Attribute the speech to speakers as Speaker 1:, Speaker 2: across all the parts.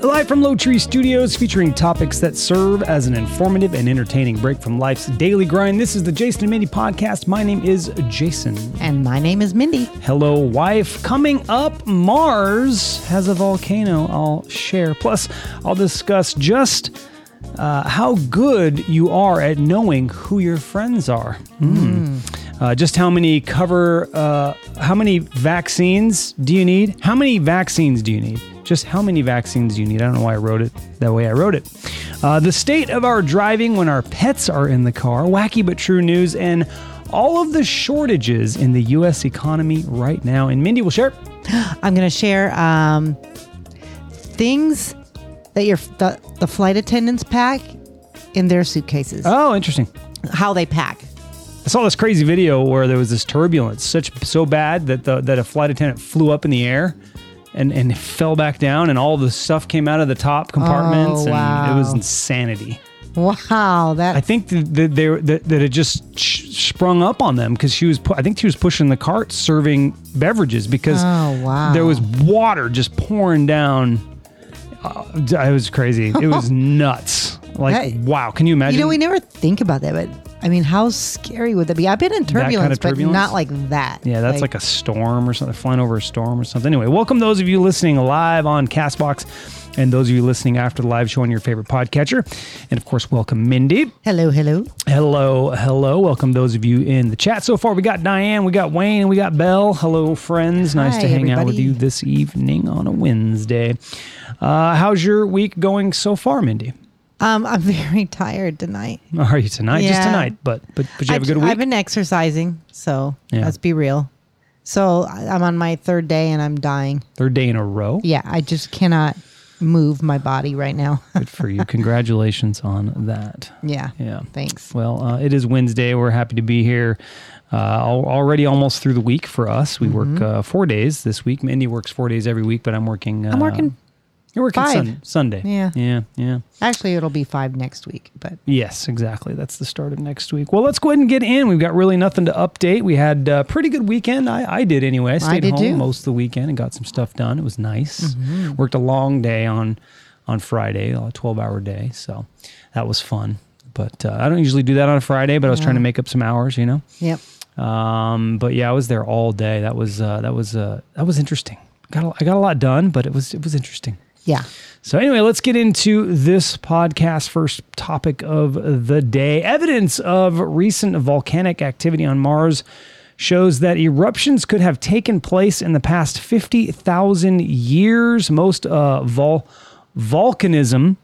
Speaker 1: Live from Low Tree Studios, featuring topics that serve as an informative and entertaining break from life's daily grind. This is the Jason and Mindy podcast. My name is Jason.
Speaker 2: And my name is Mindy.
Speaker 1: Hello, wife. Coming up, Mars has a volcano I'll share. Plus, I'll discuss just uh, how good you are at knowing who your friends are. Mm. Uh, just how many cover, uh, how many vaccines do you need? How many vaccines do you need? Just how many vaccines do you need? I don't know why I wrote it that way. I wrote it. Uh, the state of our driving when our pets are in the car, wacky but true news, and all of the shortages in the U.S. economy right now. And Mindy will share.
Speaker 2: I'm going to share um, things that your the, the flight attendants pack in their suitcases.
Speaker 1: Oh, interesting.
Speaker 2: How they pack.
Speaker 1: I saw this crazy video where there was this turbulence, such so bad that the that a flight attendant flew up in the air and and fell back down, and all the stuff came out of the top compartments,
Speaker 2: Oh,
Speaker 1: and it was
Speaker 2: wow.
Speaker 1: insanity.
Speaker 2: Wow, that
Speaker 1: I think that that they that, that it just sh- sprung up on them because she was pu- I think she was pushing the cart serving beverages because
Speaker 2: Oh, wow.
Speaker 1: there was water just pouring down. Uh, d- it was crazy. It was nuts. Like
Speaker 2: Hey.
Speaker 1: wow, can you imagine?
Speaker 2: you know we never think about that, but I mean, how scary would that be? I've been
Speaker 1: kind
Speaker 2: in
Speaker 1: of
Speaker 2: turbulence,
Speaker 1: turbulence?
Speaker 2: but not like that.
Speaker 1: Yeah, that's like, a storm or something, flying over a storm or something. Anyway, welcome those of you listening live on Castbox and those of you listening after the live show on your favorite podcatcher. And of course, welcome Mindy.
Speaker 2: hello, hello.
Speaker 1: Hello, hello. Welcome those of you in the chat. So far, we got Diane, we got Wayne, we got Belle. Hello, friends. Nice
Speaker 2: Hi,
Speaker 1: to hang out with
Speaker 2: everybody.
Speaker 1: you this evening on a Wednesday. Uh, how's your week going so far, Mindy?
Speaker 2: Um, I'm very tired tonight.
Speaker 1: How are you tonight? Just
Speaker 2: Yeah.
Speaker 1: tonight, but but but you have a good week.
Speaker 2: I've been exercising, so
Speaker 1: Yeah.
Speaker 2: let's be real. So I- I'm on my third day and I'm dying.
Speaker 1: Third day in a row.
Speaker 2: Yeah, I just cannot move my body right now.
Speaker 1: Good for you. Congratulations on that.
Speaker 2: yeah.
Speaker 1: Yeah.
Speaker 2: Thanks.
Speaker 1: Well, uh, it is Wednesday. We're happy to be here. Uh, al- already almost through the week for us. We
Speaker 2: Mm-hmm.
Speaker 1: work uh, four days this week. Mindy works four days every week, but I'm working. Uh,
Speaker 2: I'm working
Speaker 1: You're working
Speaker 2: five.
Speaker 1: Sun- Sunday.
Speaker 2: Yeah.
Speaker 1: Yeah. Yeah.
Speaker 2: Actually, it'll be five next week, but
Speaker 1: Yes, exactly. That's the start of next week. Well, let's go ahead and get in. We've got really nothing to update. We had a pretty good weekend. I, I did anyway. I stayed
Speaker 2: did
Speaker 1: home
Speaker 2: too. Mm-hmm.
Speaker 1: most of the weekend and got some stuff done. It was nice. Worked a long day on on Friday, a 12 hour day. So that was fun. But uh, I don't usually do that on a Friday, but I was trying to make up some hours, you know?
Speaker 2: yep.
Speaker 1: Um, but yeah, I was there all day. That was uh, that was uh, that was interesting. Got a, I got a lot done, but it was it was interesting.
Speaker 2: Yeah.
Speaker 1: So, anyway, let's get into this podcast. First topic of the day evidence of recent volcanic activity on Mars shows that eruptions could have taken place in the past 50,000 years. Most uh, vol- volcanism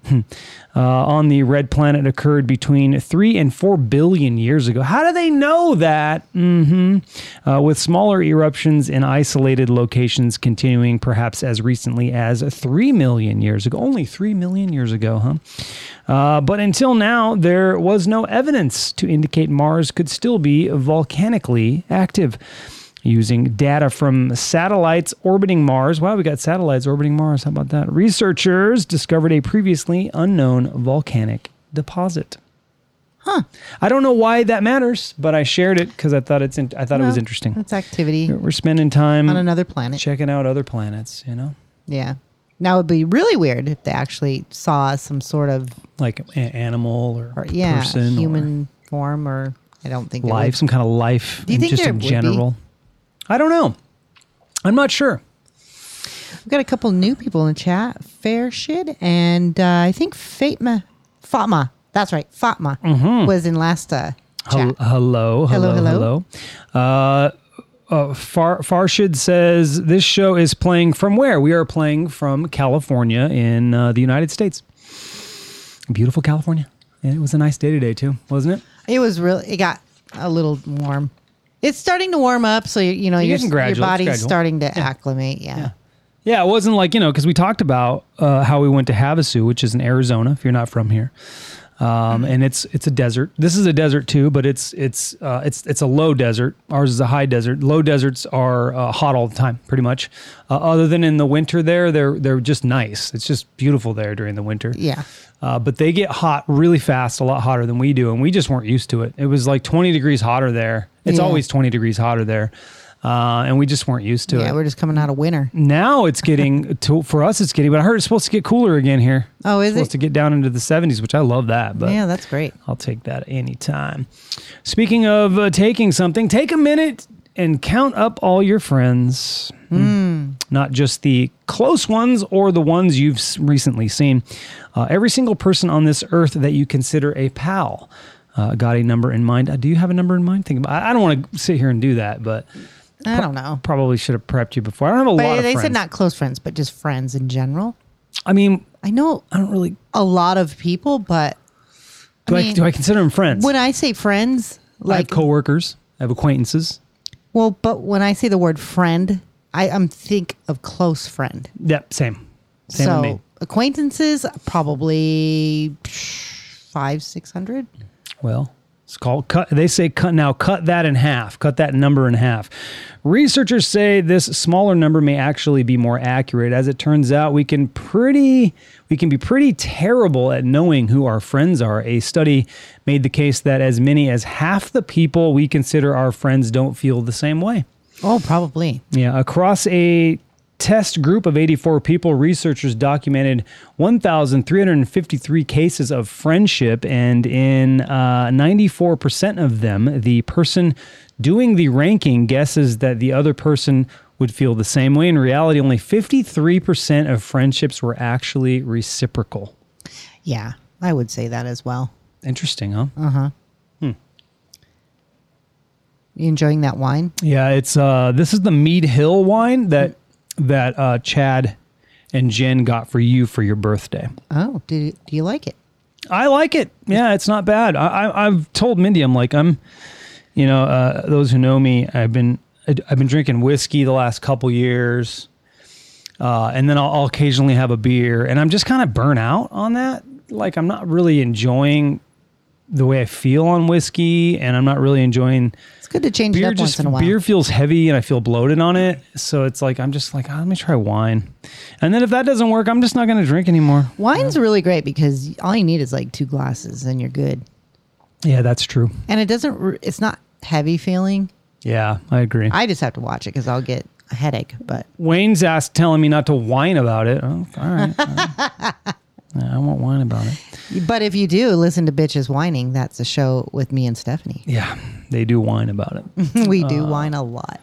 Speaker 1: uh, on the red planet occurred between 3 and 4 billion years ago. How do they know that? hmm Uh, with smaller eruptions in isolated locations continuing perhaps as recently as 3 million years ago. Only 3 million years ago, huh? Uh, but until now, there was no evidence to indicate Mars could still be volcanically active. Using data from satellites orbiting Mars. Wow, we got satellites orbiting Mars. How about that? Researchers discovered a previously unknown volcanic deposit. Huh. I don't know why that matters, but I shared it because I thought it's in, I thought it was
Speaker 2: Well,
Speaker 1: interesting.
Speaker 2: It's activity
Speaker 1: We're spending time
Speaker 2: on another planet.
Speaker 1: checking out other planets, you know,
Speaker 2: Yeah. Now it'd be really weird if they actually saw some sort of
Speaker 1: like a- animal or,
Speaker 2: or, yeah
Speaker 1: person, or
Speaker 2: human form, or I don't think it would.
Speaker 1: life, some kind of life,
Speaker 2: Do you
Speaker 1: in-
Speaker 2: think
Speaker 1: just
Speaker 2: there
Speaker 1: in
Speaker 2: would be?
Speaker 1: general. I don't know. I'm not sure.
Speaker 2: We've got a couple new people in the chat. Fair shit, and uh, I think Fatma, Fatma. That's right, Fatma
Speaker 1: Mm-hmm.
Speaker 2: was in last uh,
Speaker 1: Hel-
Speaker 2: chat.
Speaker 1: Hello, hello,
Speaker 2: Hello,
Speaker 1: hello.
Speaker 2: hello.
Speaker 1: Uh, uh, Far- Farshid says this show is playing from where? We are playing from California in uh, the United States. Beautiful California. And it was a nice day today too, wasn't it?
Speaker 2: It was really. It got a little warm. It's starting to warm up, so you, you know
Speaker 1: You're
Speaker 2: your,
Speaker 1: getting
Speaker 2: your
Speaker 1: gradual, it's
Speaker 2: body's
Speaker 1: gradual.
Speaker 2: starting to acclimate. Yeah.
Speaker 1: Yeah, it wasn't like you know because we talked about uh, how we went to Havasu, which is in Arizona. If you're not from here, um,
Speaker 2: Mm-hmm.
Speaker 1: and it's it's a desert. This is a desert too, but it's it's uh, it's it's a low desert. Ours is a high desert. Low deserts are uh, hot all the time, pretty much. Uh, other than in the winter, there they're they're just nice. It's just beautiful there during the winter.
Speaker 2: Yeah.
Speaker 1: Uh, but they get hot really fast, a lot hotter than we do, and we just weren't used to it. It was like 20 degrees hotter there. It's
Speaker 2: Yeah.
Speaker 1: always 20 degrees hotter there, uh, and we just weren't used to
Speaker 2: Yeah,
Speaker 1: it.
Speaker 2: we're just coming out of winter.
Speaker 1: now it's getting to, for us. It's getting, but I heard it's supposed to get cooler again here.
Speaker 2: Oh, is
Speaker 1: supposed
Speaker 2: it?
Speaker 1: to get down into the 70s, which I love that. But
Speaker 2: Yeah, that's great.
Speaker 1: I'll take that anytime. Speaking of uh, taking something, take a minute and count up all your friends. Hmm.
Speaker 2: Hmm.
Speaker 1: Not just the close ones or the ones you've s- recently seen. Uh, every single person on this earth that you consider a pal. Uh, got a number in mind? Uh, do you have a number in mind? Think about. I, I don't want to sit here and do that, but
Speaker 2: I don't know.
Speaker 1: probably should have prepped you before. I don't have a lot
Speaker 2: But
Speaker 1: of
Speaker 2: they
Speaker 1: friends.
Speaker 2: said not close friends, but just friends in general.
Speaker 1: I mean,
Speaker 2: I know
Speaker 1: I don't really.
Speaker 2: a lot of people, but
Speaker 1: Do I,
Speaker 2: mean,
Speaker 1: do I consider them friends?
Speaker 2: when I say friends,
Speaker 1: I have
Speaker 2: like
Speaker 1: coworkers. I have acquaintances.
Speaker 2: well, but when I say the word friend, I um think of close friend.
Speaker 1: Yep, same. Same
Speaker 2: so
Speaker 1: with me.
Speaker 2: acquaintances, probably five, six hundred.
Speaker 1: Well, it's called cut. They say cut now, cut that in half, cut that number in half. Researchers say this smaller number may actually be more accurate. As it turns out, we can pretty we can be pretty terrible at knowing who our friends are. A study made the case that as many as half the people we consider our friends don't feel the same way.
Speaker 2: Oh, probably.
Speaker 1: Yeah, across a test group of 84 people, researchers documented 1,353 cases of friendship, and in uh, 94% of them, the person doing the ranking guesses that the other person would feel the same way. In reality, only 53% of friendships were actually reciprocal.
Speaker 2: Yeah, I would say that as well.
Speaker 1: Interesting, huh?
Speaker 2: You enjoying that wine?
Speaker 1: Yeah, it's uh this is the Mead Hill wine that that uh Chad and Jen got for you for your birthday.
Speaker 2: Oh, do do you like it?
Speaker 1: I like it. Yeah, it's not bad. I, I, I've told Mindy, I'm like, I'm, you know, uh, those who know me, I've been, I've been drinking whiskey the last couple years, uh, and then I'll, I'll occasionally have a beer, and I'm just kind of burnt out on that. Like, I'm not really enjoying the way I feel on whiskey, and I'm not really enjoying
Speaker 2: It's good to change it
Speaker 1: beer.
Speaker 2: up once
Speaker 1: Just
Speaker 2: in a while.
Speaker 1: beer feels heavy, and I feel bloated on it. So it's like I'm just like, "Ah, let me try wine, and then if that doesn't work, I'm just not going to drink anymore.
Speaker 2: Wine's really great because all you need is like two glasses and you're good.
Speaker 1: Yeah, that's true.
Speaker 2: And it doesn't. r- It's not heavy feeling.
Speaker 1: Yeah, I agree.
Speaker 2: I just have to watch it because I'll get a headache. But
Speaker 1: Wayne's asked telling me not to whine about it. Oh, all right. all right. Yeah, I won't whine about it.
Speaker 2: but if you do listen to bitches whining, that's a show with me and Stephanie.
Speaker 1: Yeah, they do whine about it.
Speaker 2: we do whine a lot.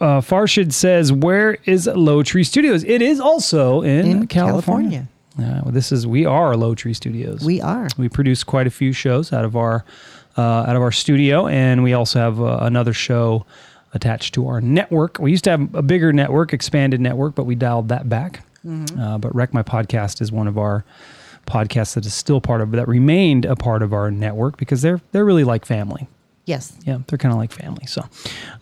Speaker 1: Uh, Farshid says, "Where is Low Tree Studios? It is also in,
Speaker 2: In
Speaker 1: California. Yeah, well, this is we are Low Tree Studios.
Speaker 2: We are.
Speaker 1: we produce quite a few shows out of our uh, out of our studio, and we also have uh, another show attached to our network. We used to have a bigger network, expanded network, but we dialed that back. Uh, but Wreck My Podcast is one of our podcasts that is still part of that remained a part of our network because they're they're really like family.
Speaker 2: Yes.
Speaker 1: Yeah, they're kind of like family. So,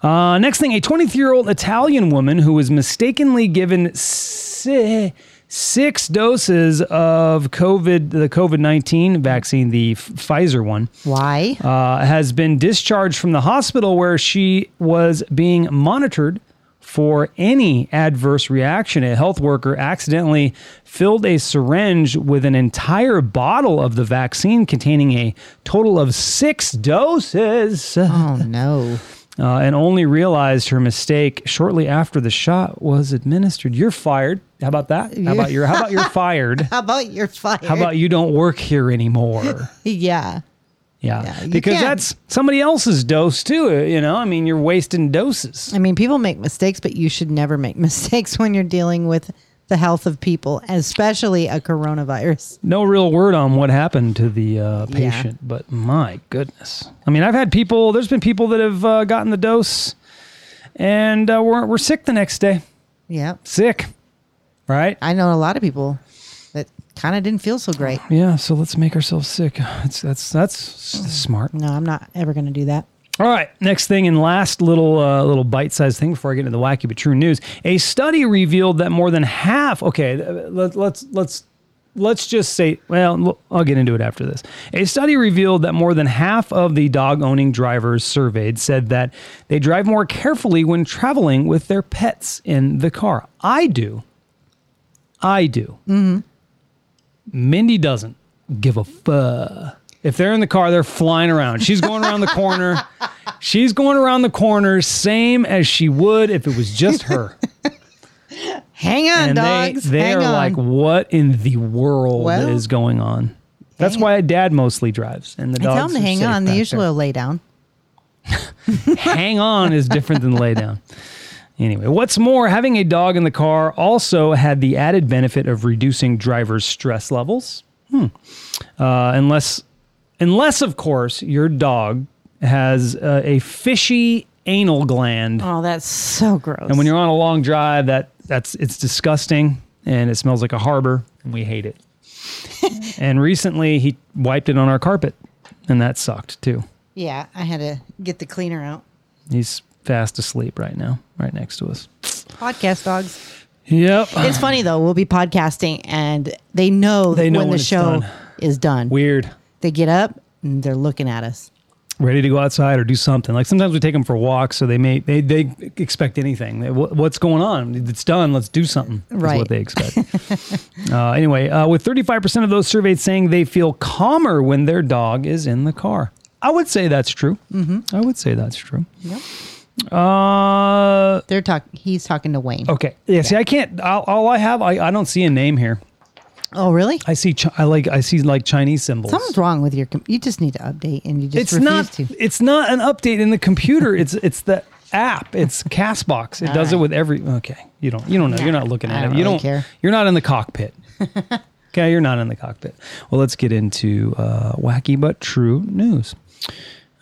Speaker 1: uh, next thing, a 23 year old Italian woman who was mistakenly given si- six doses of COVID, the COVID 19 vaccine, the F- Pfizer one,
Speaker 2: Why?
Speaker 1: uh, has been discharged from the hospital where she was being monitored for any adverse reaction. A health worker accidentally filled a syringe with an entire bottle of the vaccine containing a total of six doses
Speaker 2: oh no.
Speaker 1: uh, and only realized her mistake shortly after the shot was administered. You're fired. How about that? How about your? How about you're fired?
Speaker 2: How about you're fired?
Speaker 1: How about you don't work here anymore?
Speaker 2: yeah?
Speaker 1: Yeah,
Speaker 2: Yeah, you
Speaker 1: because
Speaker 2: can.
Speaker 1: that's somebody else's dose too. uh, You know, I mean, you're wasting doses.
Speaker 2: I mean, people make mistakes, but you should never make mistakes when you're dealing with the health of people, especially a coronavirus.
Speaker 1: No real word on what happened to the uh,
Speaker 2: Yeah.
Speaker 1: patient, but my goodness. I mean, I've had people. There's been people that have uh, gotten the dose and uh, weren't were sick the next day.
Speaker 2: Yeah.
Speaker 1: Sick, right?
Speaker 2: I know a lot of people that kind of didn't feel so great.
Speaker 1: Yeah, so let's make ourselves sick. It's, that's that's s- smart.
Speaker 2: No, I'm not ever going to do that.
Speaker 1: All right, next thing and last little uh, little bite-sized thing before I get into the wacky but true news. A study revealed that more than half. Okay, let, uh, let's let's let's just say, well, l- I'll get into it after this. A study revealed that more than half of the dog owning drivers surveyed said that they drive more carefully when traveling with their pets in the car. I do. I do. Mindy doesn't give a fuck. If they're in the car, they're flying around. She's going around the corner. She's going around the corner, same as she would if it was just her.
Speaker 2: Hang on,
Speaker 1: and
Speaker 2: dogs.
Speaker 1: they, they
Speaker 2: Hang
Speaker 1: are
Speaker 2: on.
Speaker 1: like, what in the world
Speaker 2: Well,
Speaker 1: is going on? That's
Speaker 2: hang
Speaker 1: why dad mostly drives, and the
Speaker 2: I
Speaker 1: dogs.
Speaker 2: tell them to
Speaker 1: are
Speaker 2: hang
Speaker 1: safe
Speaker 2: on. They
Speaker 1: back
Speaker 2: usually will lay down.
Speaker 1: there. hang on is different than lay down. Anyway, what's more, having a dog in the car also had the added benefit of reducing drivers' stress levels. Hmm. Uh, unless, unless of course your dog has uh, a fishy anal gland.
Speaker 2: Oh, that's so gross.
Speaker 1: And when you're on a long drive, that that's it's disgusting and it smells like a harbor and we hate it. and recently he wiped it on our carpet and that sucked too.
Speaker 2: yeah, I had to get the cleaner out.
Speaker 1: He's fast asleep right now, right next to us.
Speaker 2: Podcast dogs.
Speaker 1: Yep.
Speaker 2: It's funny though. We'll be podcasting, and they know,
Speaker 1: They know
Speaker 2: when,
Speaker 1: when
Speaker 2: the
Speaker 1: it's
Speaker 2: show
Speaker 1: done.
Speaker 2: is done.
Speaker 1: Weird.
Speaker 2: they get up and they're looking at us.
Speaker 1: Ready to go outside or do something. Like sometimes we take them for walks, so they may they they expect anything. They, "What- What's going on? It's done. Let's do something. Is
Speaker 2: Right.
Speaker 1: What they expect. uh, anyway, uh, with 35% of those surveyed saying they feel calmer when their dog is in the car. I would say that's true. I would say that's true.
Speaker 2: Yep.
Speaker 1: Uh,
Speaker 2: They're talk. He's talking to Wayne.
Speaker 1: okay. Yeah, See, I can't. All, all I have, I, I don't see a name here.
Speaker 2: Oh, really?
Speaker 1: I see. Chi- I like. I see like Chinese symbols.
Speaker 2: Something's wrong with your. Com- you just need to update, and you just
Speaker 1: it's
Speaker 2: refuse
Speaker 1: not.
Speaker 2: to.
Speaker 1: It's not an update in the computer. it's it's the app. It's Castbox. It does it
Speaker 2: right.
Speaker 1: with every. Okay. You don't. You don't know. You're not looking
Speaker 2: I
Speaker 1: at
Speaker 2: don't
Speaker 1: it. You
Speaker 2: really
Speaker 1: don't
Speaker 2: care.
Speaker 1: You're not in the cockpit. okay. You're not in the cockpit. Well, let's get into uh, wacky but true news. Uh,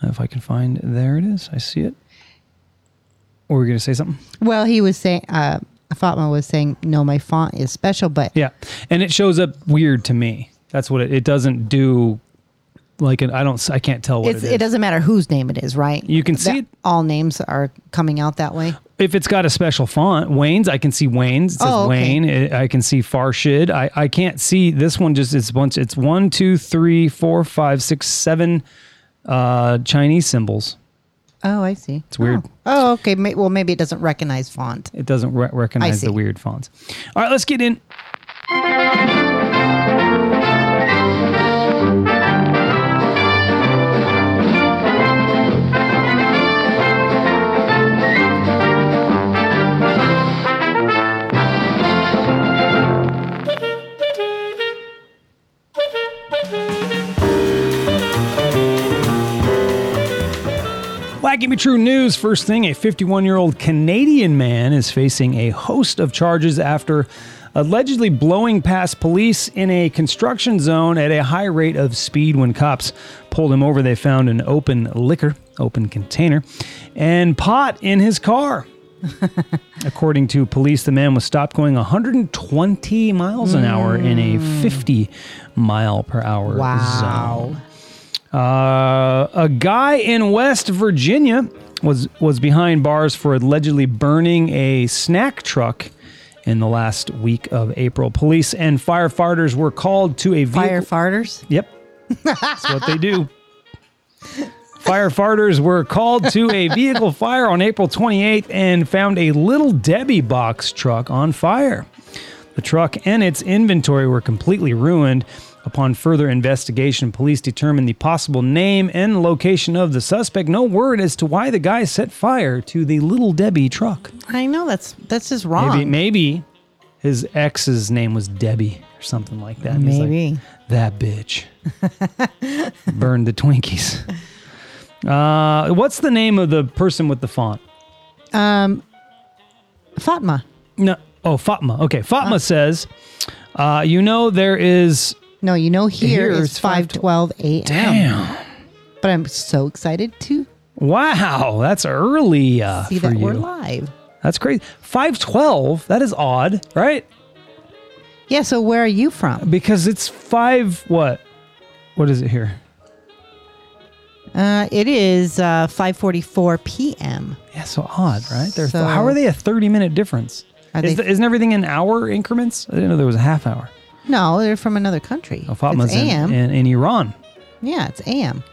Speaker 1: If I can find, there it is. I see it. Or were you gonna say something?
Speaker 2: Well, he was saying. Uh, Fatma was saying, "No, my font is special, but
Speaker 1: Yeah, and it shows up weird to me. That's what it. It doesn't do. Like an, I don't. I can't tell what
Speaker 2: it's,
Speaker 1: it is.
Speaker 2: it doesn't matter whose name it is, right?
Speaker 1: You can see
Speaker 2: That-
Speaker 1: it.
Speaker 2: All names are coming out that way.
Speaker 1: if it's got a special font, Wayne's, I can see Wayne's. It says
Speaker 2: Oh, okay.
Speaker 1: Wayne. It, I can see Farshid. I, I can't see this one. Just it's bunch. It's one, two, three, four, five, six, seven uh, Chinese symbols.
Speaker 2: Oh, I see. It's
Speaker 1: weird.
Speaker 2: Oh, okay. May- well, maybe it doesn't recognize font.
Speaker 1: It doesn't re-
Speaker 2: I
Speaker 1: recognize
Speaker 2: see.
Speaker 1: the weird fonts. All right, let's get in. Wacky Me True News. First thing, a 51 year old Canadian man is facing a host of charges after allegedly blowing past police in a construction zone at a high rate of speed. When cops pulled him over, they found an open liquor, open container, and pot in his car. According to police, the man was stopped going 120 miles an hour in a 50 mile per hour zone.
Speaker 2: Wow.
Speaker 1: Uh, a guy in West Virginia was was behind bars for allegedly burning a snack truck in the last week of April. Police and firefighters were called to a vehicle.
Speaker 2: Fire farters.
Speaker 1: Yep. That's what they do. Firefighters were called to a vehicle fire on April 28th and found a Little Debbie box truck on fire. The truck and its inventory were completely ruined. Upon further investigation, police determined the possible name and location of the suspect. No word as to why the guy set fire to the Little Debbie truck.
Speaker 2: I know that's that's just wrong.
Speaker 1: Maybe, maybe his ex's name was Debbie or something like that. and he's like,
Speaker 2: Maybe.
Speaker 1: that bitch burned the Twinkies. Uh, what's the name of the person with the font?
Speaker 2: Fatma.
Speaker 1: No. Oh, Fatma. Okay.
Speaker 2: Ah.
Speaker 1: Fatma says, uh, you know, there is.
Speaker 2: No, you know here
Speaker 1: Here
Speaker 2: is
Speaker 1: it's 5:12
Speaker 2: 5:12 a.m.
Speaker 1: Damn.
Speaker 2: But I'm so excited to
Speaker 1: Wow. That's early uh,
Speaker 2: see
Speaker 1: for
Speaker 2: that
Speaker 1: you.
Speaker 2: we're live.
Speaker 1: That's crazy. 512. That is odd, right?
Speaker 2: Yeah, so where are you from?
Speaker 1: Because it's five. What? What is it here?
Speaker 2: Uh, it is uh, 5:44 p.m.
Speaker 1: Yeah, so odd, right? They're,
Speaker 2: So-
Speaker 1: how are they a 30 minute difference?
Speaker 2: Are
Speaker 1: Is
Speaker 2: they-
Speaker 1: the- isn't everything in hour increments? I didn't know there was a half hour.
Speaker 2: No, they're from another country.
Speaker 1: Oh, Fatma's
Speaker 2: it's
Speaker 1: in,
Speaker 2: AM.
Speaker 1: in, in Iran.
Speaker 2: yeah, it's AM.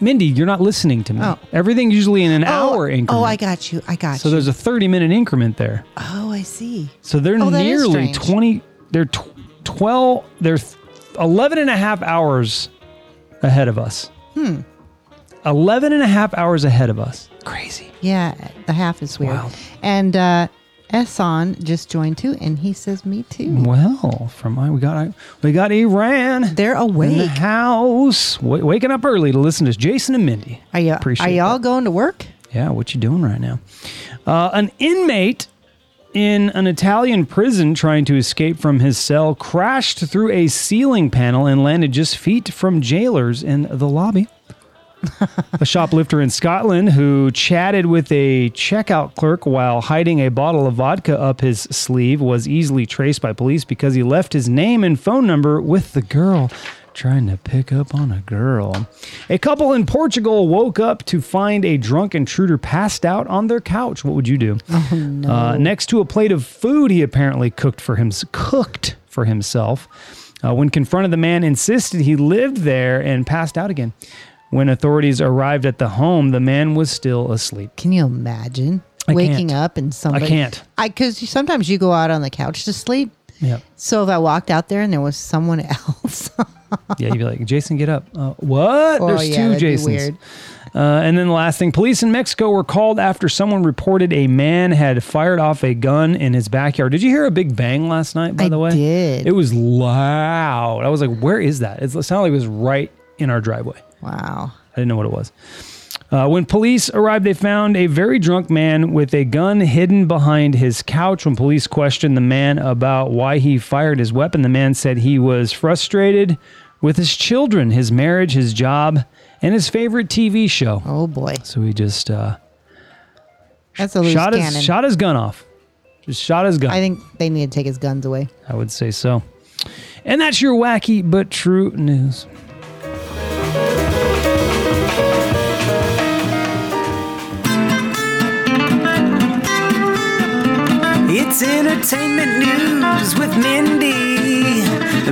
Speaker 1: Mindy, you're not listening to me.
Speaker 2: Oh.
Speaker 1: Everything's usually in an
Speaker 2: Oh,
Speaker 1: hour increment.
Speaker 2: Oh, I got you. I got
Speaker 1: so
Speaker 2: you.
Speaker 1: there's a 30 minute increment there.
Speaker 2: oh, I see.
Speaker 1: So they're
Speaker 2: Oh, that is
Speaker 1: nearly
Speaker 2: strange.
Speaker 1: 20, they're tw- 12, they're th- 11 and a half hours ahead of us. Hmm. 11 and a half hours ahead of us. Crazy.
Speaker 2: Yeah, the half is weird.
Speaker 1: Wow.
Speaker 2: And uh, Esan just joined too, and he says, "Me too."
Speaker 1: Well, from my, we got, we got Iran
Speaker 2: They're
Speaker 1: in the
Speaker 2: awake.
Speaker 1: house, w- waking up early to listen to Jason and Mindy.
Speaker 2: Are you?
Speaker 1: Appreciate
Speaker 2: are y'all going to work?
Speaker 1: Yeah, what you doing right now? Uh, an inmate in an Italian prison trying to escape from his cell crashed through a ceiling panel and landed just feet from jailers in the lobby. a shoplifter in Scotland who chatted with a checkout clerk while hiding a bottle of vodka up his sleeve was easily traced by police because he left his name and phone number with the girl. Trying to pick up on a girl. A couple in Portugal woke up to find a drunk intruder passed out on their couch. What would you do? Uh, next to a plate of food he apparently cooked for him cooked for himself. Uh, when confronted, the man insisted he lived there and passed out again. When authorities arrived at the home, the man was still asleep.
Speaker 2: Can you imagine
Speaker 1: I
Speaker 2: waking
Speaker 1: can't.
Speaker 2: up and somebody?
Speaker 1: can't.
Speaker 2: I because sometimes you go out on the couch to sleep.
Speaker 1: Yeah,
Speaker 2: So if I walked out there and there was someone else,
Speaker 1: yeah. You'd be like, Jason, get up. Uh, what?
Speaker 2: Oh,
Speaker 1: There's
Speaker 2: yeah,
Speaker 1: two
Speaker 2: that'd be
Speaker 1: Jasons.
Speaker 2: weird.
Speaker 1: Uh, and then the last thing, police in Mexico were called after someone reported a man had fired off a gun in his backyard. Did you hear a big bang last night? By
Speaker 2: I
Speaker 1: the way,
Speaker 2: did.
Speaker 1: It was loud. I was like, where is that? It sounded like it was right in our driveway.
Speaker 2: wow.
Speaker 1: I didn't know what it was. Uh, when police arrived, they found a very drunk man with a gun hidden behind his couch. When police questioned the man about why he fired his weapon, the man said he was frustrated with his children, his marriage, his job, and his favorite TV show.
Speaker 2: Oh boy,
Speaker 1: So he just uh,
Speaker 2: that's a loose
Speaker 1: shot
Speaker 2: cannon.
Speaker 1: his shot his gun off. Just shot his gun.
Speaker 2: I think they need to take his guns away.
Speaker 1: I would say so. And that's your wacky but true news.
Speaker 3: It's entertainment news with Mindy.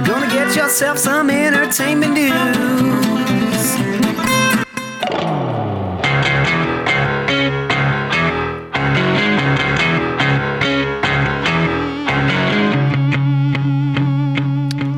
Speaker 3: Gonna get yourself some entertainment news.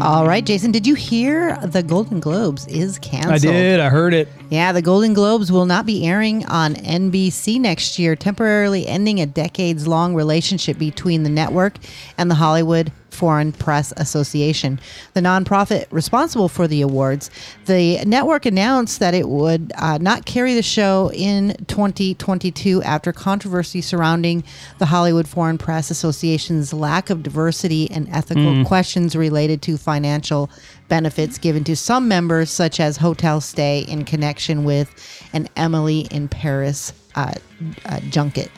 Speaker 2: All right, Jason, did you hear the Golden Globes is canceled?
Speaker 1: I did. I heard it.
Speaker 2: Yeah, the Golden Globes will not be airing on NBC next year, temporarily ending a decades long relationship between the network and the Hollywood Foreign Press Association, the nonprofit responsible for the awards. The network announced that it would uh, not carry the show in 2022 after controversy surrounding the Hollywood Foreign Press Association's lack of diversity and ethical questions related to financial benefits given to some members, such as hotel stay in connection with an Emily in Paris uh, uh, junket.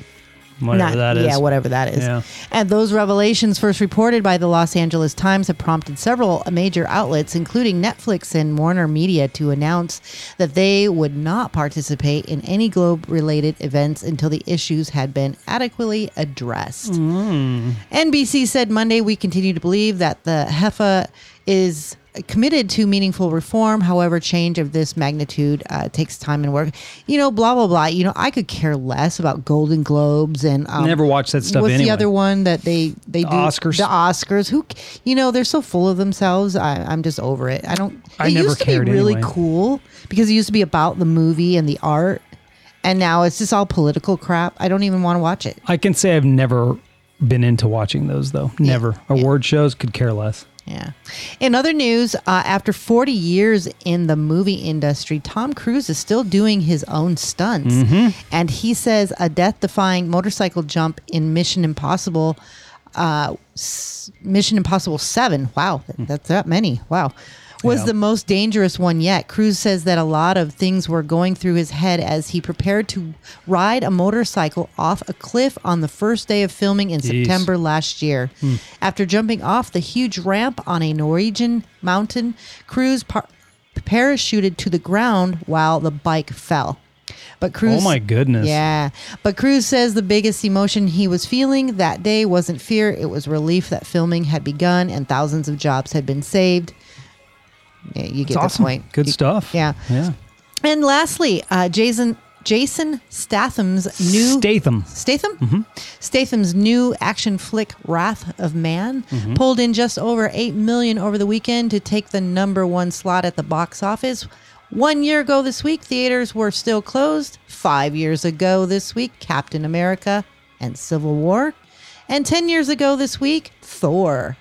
Speaker 1: Whatever
Speaker 2: Not-
Speaker 1: that is.
Speaker 2: Yeah, whatever that is.
Speaker 1: Yeah.
Speaker 2: And those revelations, first reported by the Los Angeles Times, have prompted several major outlets, including Netflix and Warner Media, to announce that they would not participate in any Globe related events until the issues had been adequately addressed.
Speaker 1: Mm.
Speaker 2: NBC said Monday, we continue to believe that the HEFA is committed to meaningful reform. However, change of this magnitude uh, takes time and work. You know, blah, blah, blah. You know, I could care less about Golden Globes and. Um,
Speaker 1: Never watched that stuff
Speaker 2: What's
Speaker 1: anyway.
Speaker 2: the other one that they, they do?
Speaker 1: Oscars.
Speaker 2: The Oscars. Who, c- you know, they're so full of themselves. I, I'm just over it. I don't.
Speaker 1: I
Speaker 2: it
Speaker 1: never
Speaker 2: used to
Speaker 1: cared
Speaker 2: be really
Speaker 1: anyway.
Speaker 2: cool because it used to be about the movie and the art. And now it's just all political crap. I don't even want to watch it.
Speaker 1: I can say I've never been into watching those though. Never. Award shows could care less.
Speaker 2: Yeah. In other news, uh, after 40 years in the movie industry, Tom Cruise is still doing his own stunts. And he says a death defying motorcycle jump in Mission Impossible. Uh, s- Mission Impossible 7. Wow, that- that's that many. Wow. Was
Speaker 1: Yeah.
Speaker 2: the most dangerous one yet. Cruz says that a lot of things were going through his head as he prepared to ride a motorcycle off a cliff on the first day of filming in September last year. After jumping off the huge ramp on a Norwegian mountain, Cruz par- parachuted to the ground while the bike fell. But Cruz,
Speaker 1: Oh my goodness.
Speaker 2: yeah. But Cruz says the biggest emotion he was feeling that day wasn't fear; it was relief that filming had begun and thousands of jobs had been saved. Yeah, you
Speaker 1: It's
Speaker 2: get the
Speaker 1: awesome.
Speaker 2: point.
Speaker 1: Good
Speaker 2: You-
Speaker 1: stuff.
Speaker 2: Yeah.
Speaker 1: Yeah.
Speaker 2: And lastly, uh, Jason Jason Statham's new
Speaker 1: Statham.
Speaker 2: Statham? Statham's new action flick Wrath of Man pulled in just over 8 million over the weekend to take the number 1 slot at the box office. 1 year ago this week theaters were still closed. 5 years ago this week Captain America and Civil War. And 10 years ago this week Thor.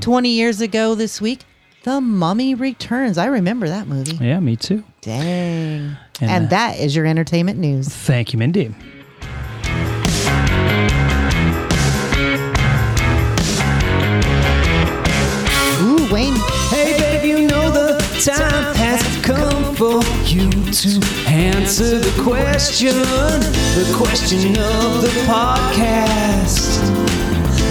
Speaker 2: 20 years ago this week The Mummy Returns. I remember that movie.
Speaker 1: Yeah, me too.
Speaker 2: Dang.
Speaker 1: And,
Speaker 2: And,
Speaker 1: uh,
Speaker 2: that is your entertainment news.
Speaker 1: Thank you, Mindy.
Speaker 2: Ooh, Wayne.
Speaker 3: Hey, babe, you know the time has come for you to answer the question. The question of the podcast.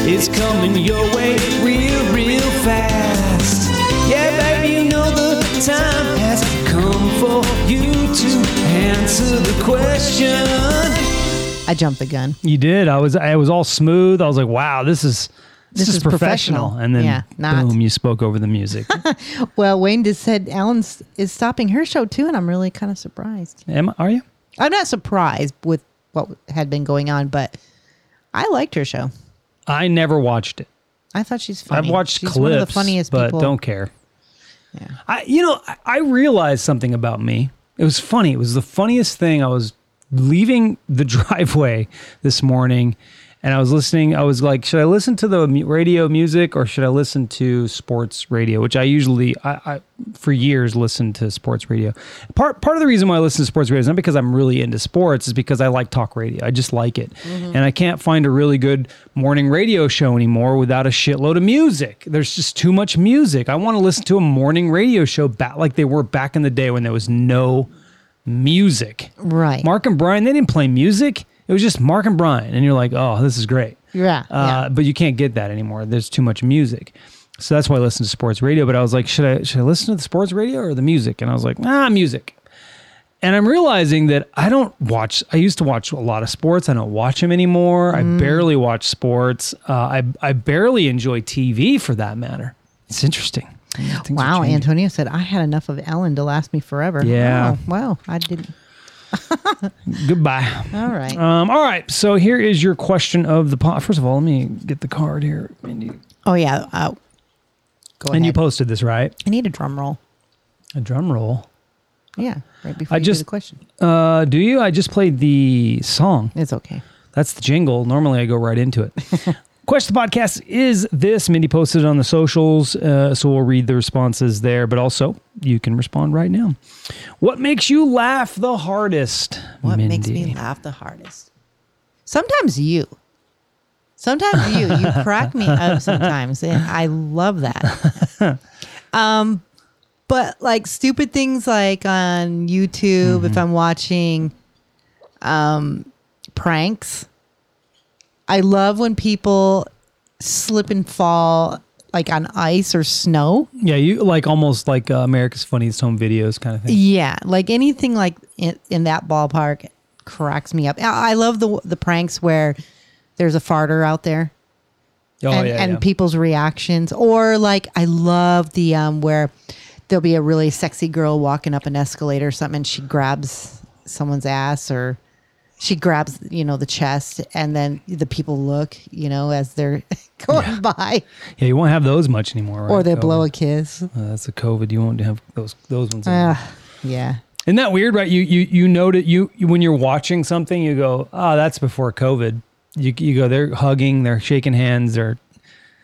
Speaker 3: It's coming your way real, real fast. Yeah, babe, you know the time has come for you to answer the question.
Speaker 2: I jumped the gun.
Speaker 1: You did. I was I was all smooth. I was like, wow, this is this,
Speaker 2: This
Speaker 1: is,
Speaker 2: is
Speaker 1: professional.
Speaker 2: professional.
Speaker 1: And then
Speaker 2: Yeah, not.
Speaker 1: boom, you spoke over the music.
Speaker 2: Well, Wayne just said Ellen s- is stopping her show too, and I'm really kind of surprised.
Speaker 1: Am are you?
Speaker 2: I'm not surprised with what had been going on, but I liked her show.
Speaker 1: I never watched it.
Speaker 2: I thought she's funny.
Speaker 1: I've watched
Speaker 2: she's
Speaker 1: clips,
Speaker 2: one of the funniest
Speaker 1: but
Speaker 2: people.
Speaker 1: don't care. I, you know, I, I realized something about me. It was funny. It was the funniest thing. I was leaving the driveway this morning, and I was listening. I was like, should I listen to the mu- radio music or should I listen to sports radio? Which I usually, I, I for years listened to sports radio. Part part of the reason why I listen to sports radio is not because I'm really into sports, is because I like talk radio. I just like it, and I can't find a really good morning radio show anymore without a shitload of music. There's just too much music. I want to listen to a morning radio show back like they were back in the day when there was no music.
Speaker 2: Right.
Speaker 1: Mark and Brian, they didn't play music. It was just Mark and Brian, and you're like, oh, this is great.
Speaker 2: Yeah,
Speaker 1: Uh,
Speaker 2: yeah.
Speaker 1: But you can't get that anymore. There's too much music. So that's why I listen to sports radio. But I was like, should I should I listen to the sports radio or the music? And I was like, ah, music. And I'm realizing that I don't watch. I used to watch a lot of sports. I don't watch them anymore.
Speaker 2: Mm.
Speaker 1: I barely watch sports. Uh, I I barely enjoy TV for that matter. It's interesting. Things are
Speaker 2: Wow,
Speaker 1: changing.
Speaker 2: Antonio said I had enough of Ellen to last me forever.
Speaker 1: Yeah.
Speaker 2: Wow, wow I didn't.
Speaker 1: Goodbye.
Speaker 2: All right.
Speaker 1: Um, all right. So here is your question of the pot. First of all, let me get the card here. And you,
Speaker 2: oh yeah. Uh, go
Speaker 1: and you
Speaker 2: ahead.
Speaker 1: posted this, right?
Speaker 2: I need a drum roll.
Speaker 1: A drum roll.
Speaker 2: Yeah, right before
Speaker 1: I
Speaker 2: I you
Speaker 1: just-
Speaker 2: do the question.
Speaker 1: Uh, do you? I just played the song.
Speaker 2: It's okay.
Speaker 1: That's the jingle. Normally I go right into it. Question the podcast is this. Mindy posted it on the socials, uh, so we'll read the responses there, but also you can respond right now. What makes you laugh the hardest?
Speaker 2: What makes
Speaker 1: Mindy?
Speaker 2: me laugh the hardest? Sometimes you. Sometimes you. You crack me up sometimes, and I love that. Um, but like stupid things like on YouTube, if I'm watching um, pranks, I love when people slip and fall like on ice or snow.
Speaker 1: Yeah, you like almost like uh, America's Funniest Home Videos kind of thing.
Speaker 2: Yeah, like anything like in, in that ballpark cracks me up. I I love the the pranks where there's a farter out there
Speaker 1: Oh,
Speaker 2: and,
Speaker 1: yeah,
Speaker 2: and
Speaker 1: yeah.
Speaker 2: people's reactions, or like I love the um where there'll be a really sexy girl walking up an escalator or something, and she grabs someone's ass or she grabs you know the chest, and then the people look you know as they're going by,
Speaker 1: Yeah, you won't have those much anymore. Right?
Speaker 2: or they
Speaker 1: Oh,
Speaker 2: blow Ah. a kiss.
Speaker 1: Uh, that's a COVID. You won't have those those ones. anymore.
Speaker 2: Ugh, yeah.
Speaker 1: Isn't that weird, right? You you you note it. You, you when you're watching something, you go, "Ah, that's before COVID." You you go, they're hugging, they're shaking hands, they're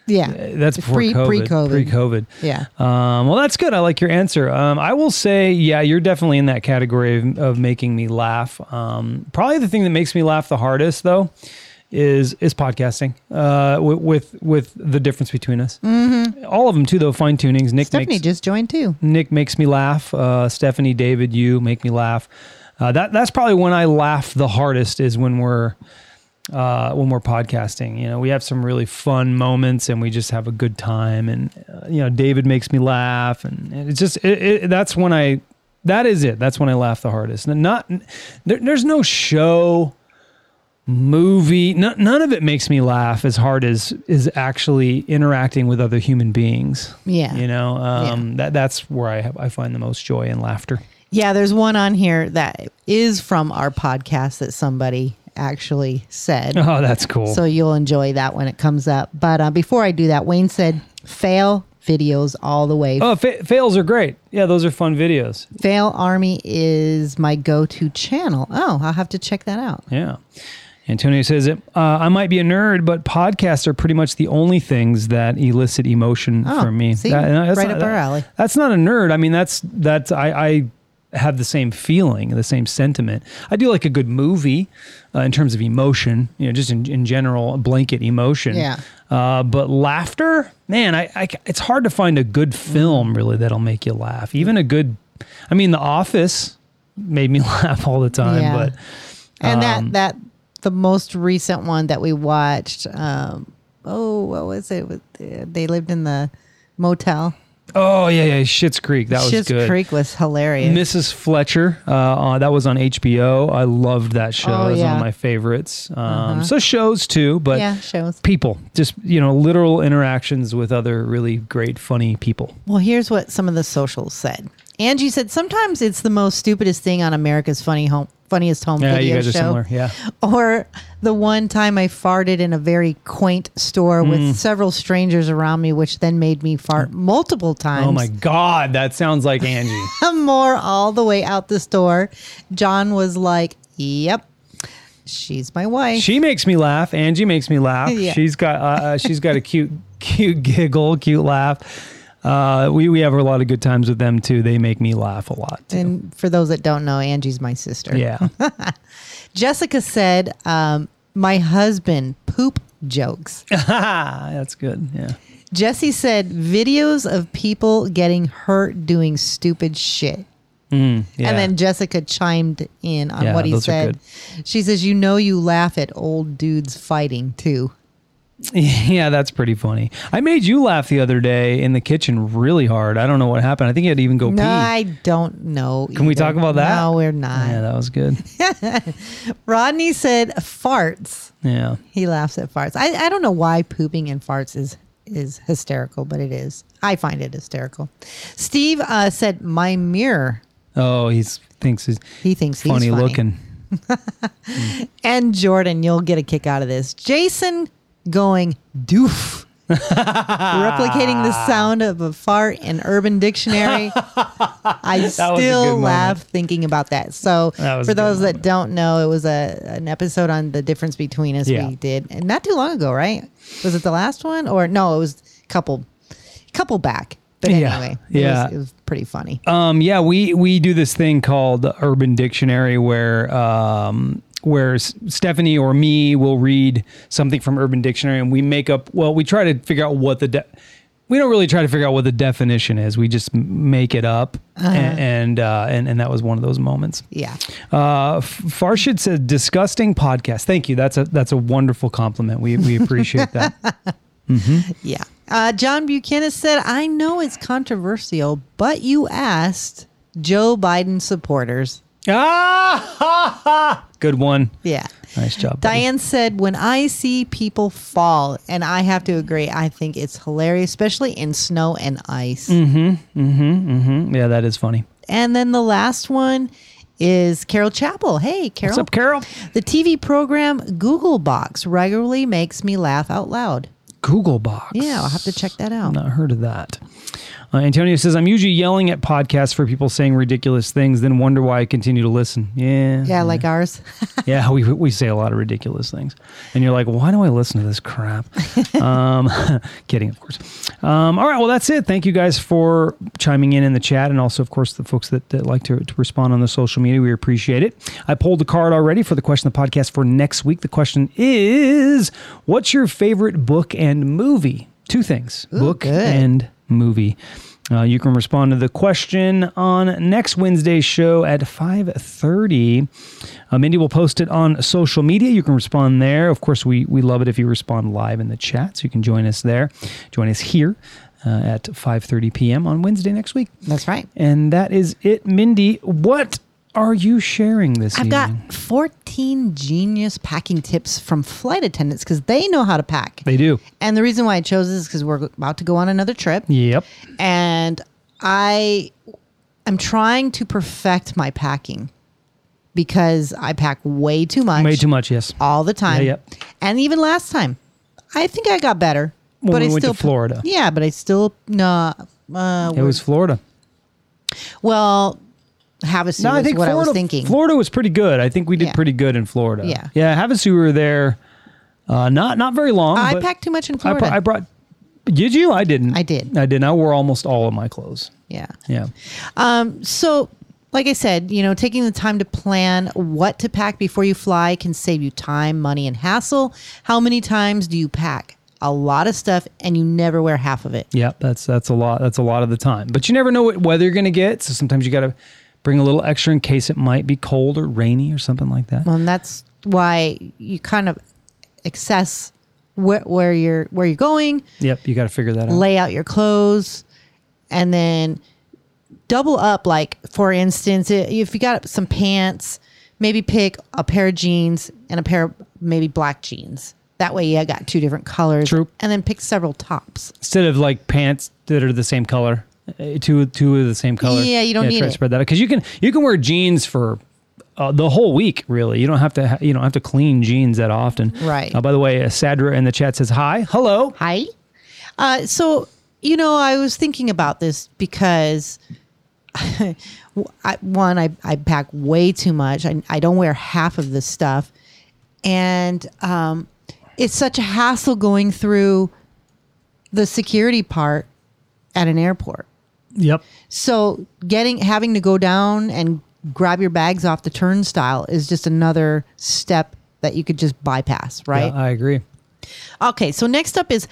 Speaker 2: Yeah,
Speaker 1: that's before
Speaker 2: Pre-
Speaker 1: COVID,
Speaker 2: pre-COVID.
Speaker 1: pre-COVID.
Speaker 2: Yeah.
Speaker 1: Um, well, that's good. I like your answer. Um, I will say, yeah, you're definitely in that category of, of making me laugh. Um, probably the thing that makes me laugh the hardest, though, is is podcasting. Uh, with with, with the difference between us, all of them too, though. Fine tunings. Nick
Speaker 2: Mm-hmm. Stephanie
Speaker 1: makes
Speaker 2: just joined too.
Speaker 1: Nick makes me laugh. Uh, Stephanie, David, you make me laugh. Uh, that that's probably when I laugh the hardest is when we're uh, when we're podcasting. You know, we have some really fun moments and we just have a good time. And uh, you know, David makes me laugh, and, and it's just it, it, that's when I That is it. That's when I laugh the hardest. N- Not there, there's no show, movie. No, none of it makes me laugh as hard as is actually interacting with other human beings.
Speaker 2: Yeah.
Speaker 1: you know um, that that's where I have, I find the most joy and laughter.
Speaker 2: Yeah, there's one on here that is from our podcast that somebody actually said.
Speaker 1: Oh, that's cool.
Speaker 2: So you'll enjoy that when it comes up. But uh, before I do that, Wayne said, fail videos all the way.
Speaker 1: oh, fa- fails are great. Yeah, those are fun videos.
Speaker 2: Fail Army is my go to channel. Oh, I'll have to check that out.
Speaker 1: Yeah. Antonio says, uh, I might be a nerd, but podcasts are pretty much the only things that elicit emotion
Speaker 2: Oh,
Speaker 1: from me.
Speaker 2: see?
Speaker 1: no, that's
Speaker 2: Right
Speaker 1: not-
Speaker 2: up our
Speaker 1: that-
Speaker 2: alley.
Speaker 1: That's not a nerd. I mean, that's, that's, I, I have the same feeling, the same sentiment. I do like a good movie uh, in terms of emotion, you know, just in, in general, blanket emotion.
Speaker 2: Yeah.
Speaker 1: Uh, but laughter, man, I, I c- it's hard to find a good
Speaker 2: Mm-hmm.
Speaker 1: film really that'll make you laugh. Even a good, I mean, The Office made me laugh all the time,
Speaker 2: Yeah.
Speaker 1: but
Speaker 2: And
Speaker 1: Um,
Speaker 2: that, that, the most recent one that we watched, um, oh, what was it? With- They lived in the motel.
Speaker 1: Oh yeah, yeah, Shit's Creek. That was
Speaker 2: Schitt's
Speaker 1: good.
Speaker 2: Creek was hilarious.
Speaker 1: Mrs. Fletcher. Uh, uh, that was on HBO. I loved that show.
Speaker 2: Oh,
Speaker 1: it was one
Speaker 2: yeah. Uh-huh.
Speaker 1: of my favorites. Um, So shows too, but
Speaker 2: yeah, shows.
Speaker 1: people, just you know, literal interactions with other really great, funny people.
Speaker 2: Well, here's what some of the socials said. Angie said sometimes it's the most stupidest thing on America's Funny Home Funniest Home
Speaker 1: Yeah, you
Speaker 2: Video
Speaker 1: guys
Speaker 2: Show.
Speaker 1: are similar. Yeah.
Speaker 2: Or the one time I farted in a very quaint store
Speaker 1: Mm.
Speaker 2: with several strangers around me, which then made me fart multiple times.
Speaker 1: Oh my God, that sounds like Angie.
Speaker 2: More all the way out the store. John was like, "Yep, she's my wife."
Speaker 1: she makes me laugh. Angie makes me laugh.
Speaker 2: Yeah.
Speaker 1: She's got uh, uh, she's got a cute cute giggle, cute laugh. Uh, we we have a lot of good times with them too. They make me laugh a lot. Too.
Speaker 2: and for those that don't know, Angie's my sister.
Speaker 1: Yeah.
Speaker 2: Jessica said, um, "My husband poop jokes."
Speaker 1: That's good. Yeah.
Speaker 2: Jesse said videos of people getting hurt doing stupid shit.
Speaker 1: Yeah.
Speaker 2: And then Jessica chimed in on
Speaker 1: Yeah,
Speaker 2: what he
Speaker 1: those are
Speaker 2: said. She says, You know, you laugh at old dudes fighting too.
Speaker 1: yeah, that's pretty funny. I made you laugh the other day in the kitchen really hard. I don't know what happened. I think you had to even go
Speaker 2: No,
Speaker 1: pee.
Speaker 2: I don't know.
Speaker 1: Can we
Speaker 2: either.
Speaker 1: talk about that?
Speaker 2: No, we're not.
Speaker 1: Yeah, that was good.
Speaker 2: Rodney said, Farts.
Speaker 1: Yeah.
Speaker 2: He laughs at farts. I, I don't know why pooping and farts is is hysterical, but it is. I find it hysterical. Steve uh, said, My mirror.
Speaker 1: Oh, he's thinks he's
Speaker 2: He thinks he's
Speaker 1: funny
Speaker 2: funny
Speaker 1: looking.
Speaker 2: and Jordan, you'll get a kick out of this. Jason going doof. Replicating the sound of a fart in Urban Dictionary. I
Speaker 1: was a good
Speaker 2: still
Speaker 1: moment.
Speaker 2: laugh thinking about that. So,
Speaker 1: That was
Speaker 2: for
Speaker 1: a good
Speaker 2: those that
Speaker 1: moment.
Speaker 2: don't know, it was a an episode on the difference between us
Speaker 1: Yeah.
Speaker 2: we did and not too long ago, right? Was it the last one or no? It was a couple, couple back. But
Speaker 1: Yeah.
Speaker 2: anyway,
Speaker 1: Yeah.
Speaker 2: it, was, it was pretty funny.
Speaker 1: Um, yeah, we we do this thing called the Urban Dictionary where um, where S- Stephanie or me will read something from Urban Dictionary and we make up. Well, we try to figure out what the de- we don't really try to figure out what the definition is. We just m- make it up, A- and and, uh, and and that was one of those moments.
Speaker 2: Yeah,
Speaker 1: Uh, F- Farshid said, "Disgusting podcast." Thank you. That's a that's a wonderful compliment. We we appreciate that.
Speaker 2: yeah. Uh, John Buchanan said, "I know it's controversial, but you asked Joe Biden supporters."
Speaker 1: ah, ha, ha. good one.
Speaker 2: Yeah.
Speaker 1: Nice job, buddy.
Speaker 2: Diane said, when I see people fall, and I have to agree, I think it's hilarious, especially in snow and ice.
Speaker 1: Mm-hmm. Yeah, that is funny.
Speaker 2: And then the last one is Carol Chapel. Hey, Carol.
Speaker 1: What's up, Carol?
Speaker 2: The TV program Google Box regularly makes me laugh out loud.
Speaker 1: Google Box.
Speaker 2: Yeah, I'll have to check that out.
Speaker 1: Not heard of that. Uh, Antonio says, I'm usually yelling at podcasts for people saying ridiculous things, then wonder why I continue to listen. Yeah.
Speaker 2: Yeah, like ours.
Speaker 1: Yeah, we, we say a lot of ridiculous things. And you're like, why do I listen to this crap? um, kidding, of course. Um, all right, well, that's it. Thank you guys for chiming in in the chat. And also, of course, the folks that, that like to, to respond on the social media, we appreciate it. I pulled the card already for the question of the podcast for next week. The question is what's your favorite book and movie? Two things book
Speaker 2: good.
Speaker 1: and movie. Uh, you can respond to the question on next Wednesday's show at 5.30. Uh, Mindy will post it on social media. You can respond there. Of course, we, we love it if you respond live in the chat, so you can join us there. Join us here. uh, at 5.30 p.m. on Wednesday next week.
Speaker 2: That's right.
Speaker 1: And that is it. Mindy, what are you sharing this
Speaker 2: I've
Speaker 1: evening?
Speaker 2: got 14 genius packing tips from flight attendants because they know how to pack.
Speaker 1: they do.
Speaker 2: And the reason why I chose this is because we're about to go on another trip.
Speaker 1: Yep.
Speaker 2: And I am trying to perfect my packing because I pack way too much.
Speaker 1: Way too much, yes.
Speaker 2: all the time.
Speaker 1: Yeah, yeah.
Speaker 2: And even last time, I think I got better.
Speaker 1: When
Speaker 2: but
Speaker 1: we
Speaker 2: I
Speaker 1: went to
Speaker 2: still
Speaker 1: Florida.
Speaker 2: Yeah, but I still no. Uh,
Speaker 1: It was Florida.
Speaker 2: well, Havasu
Speaker 1: No,
Speaker 2: is
Speaker 1: I think
Speaker 2: what
Speaker 1: Florida,
Speaker 2: I was thinking.
Speaker 1: Florida was pretty good. I think we did
Speaker 2: Yeah.
Speaker 1: pretty good in Florida.
Speaker 2: Yeah.
Speaker 1: Yeah. Havasu were there uh, not not very long.
Speaker 2: I
Speaker 1: but
Speaker 2: packed too much in
Speaker 1: I,
Speaker 2: Florida.
Speaker 1: br- I brought. Did you? I didn't.
Speaker 2: I did.
Speaker 1: I didn't. I wore almost all of my clothes.
Speaker 2: yeah.
Speaker 1: Yeah.
Speaker 2: Um, so, like I said, you know, taking the time to plan what to pack before you fly can save you time, money, and hassle. How many times do you pack? A lot of stuff, and you never wear half of it.
Speaker 1: Yeah. That's that's a lot. That's a lot of the time. But you never know what weather you're going to get. So sometimes you got to bring a little extra in case it might be cold or rainy or something like that.
Speaker 2: Well, and that's why you kind of access where, where you're where you're going,
Speaker 1: Yep. You got to figure that out.
Speaker 2: lay out your clothes, and then double up. Like for instance, i- if you got some pants, maybe pick a pair of jeans and a pair of maybe black jeans. That way, you got two different colors.
Speaker 1: True.
Speaker 2: And then pick several tops.
Speaker 1: Instead of like pants that are the same color, eh, two two of the same color.
Speaker 2: Yeah, you don't need
Speaker 1: try to
Speaker 2: it.
Speaker 1: Spread that out because you can you can wear jeans for. Uh, the whole week, really. You don't have to. Ha- you don't have to clean jeans that often.
Speaker 2: Right.
Speaker 1: Uh, by the way, uh, Sadra in the chat says hi. Hello.
Speaker 2: Hi. Uh, so, you know, I was thinking about this because I, one, I, I pack way too much. I, I don't wear half of this stuff. And um, it's such a hassle going through the security part at an airport.
Speaker 1: Yep.
Speaker 2: So, getting having to go down and grab your bags off the turnstile is just another step that you could just bypass, right?
Speaker 1: Yeah, I agree.
Speaker 2: Okay, so next up is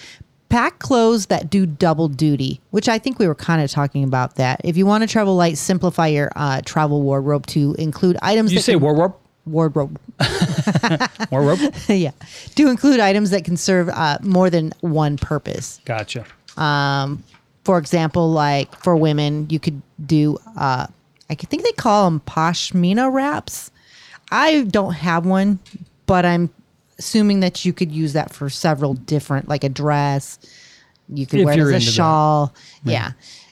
Speaker 2: pack clothes that do double duty, which I think we were kind of talking about that. If you want to travel light, simplify your uh, travel wardrobe to include items.
Speaker 1: You
Speaker 2: that
Speaker 1: say
Speaker 2: can-
Speaker 1: wardrobe?
Speaker 2: wardrobe?
Speaker 1: Wardrobe?
Speaker 2: yeah, to include items that can serve uh, more than one purpose.
Speaker 1: gotcha.
Speaker 2: For example, like for women, you could do. Uh, I could think they call them pashmina wraps. I don't have one, but I'm assuming that you could use that for several different, like a dress. You could
Speaker 1: If
Speaker 2: wear
Speaker 1: you're
Speaker 2: it as
Speaker 1: into
Speaker 2: a
Speaker 1: that.
Speaker 2: shawl. Yeah.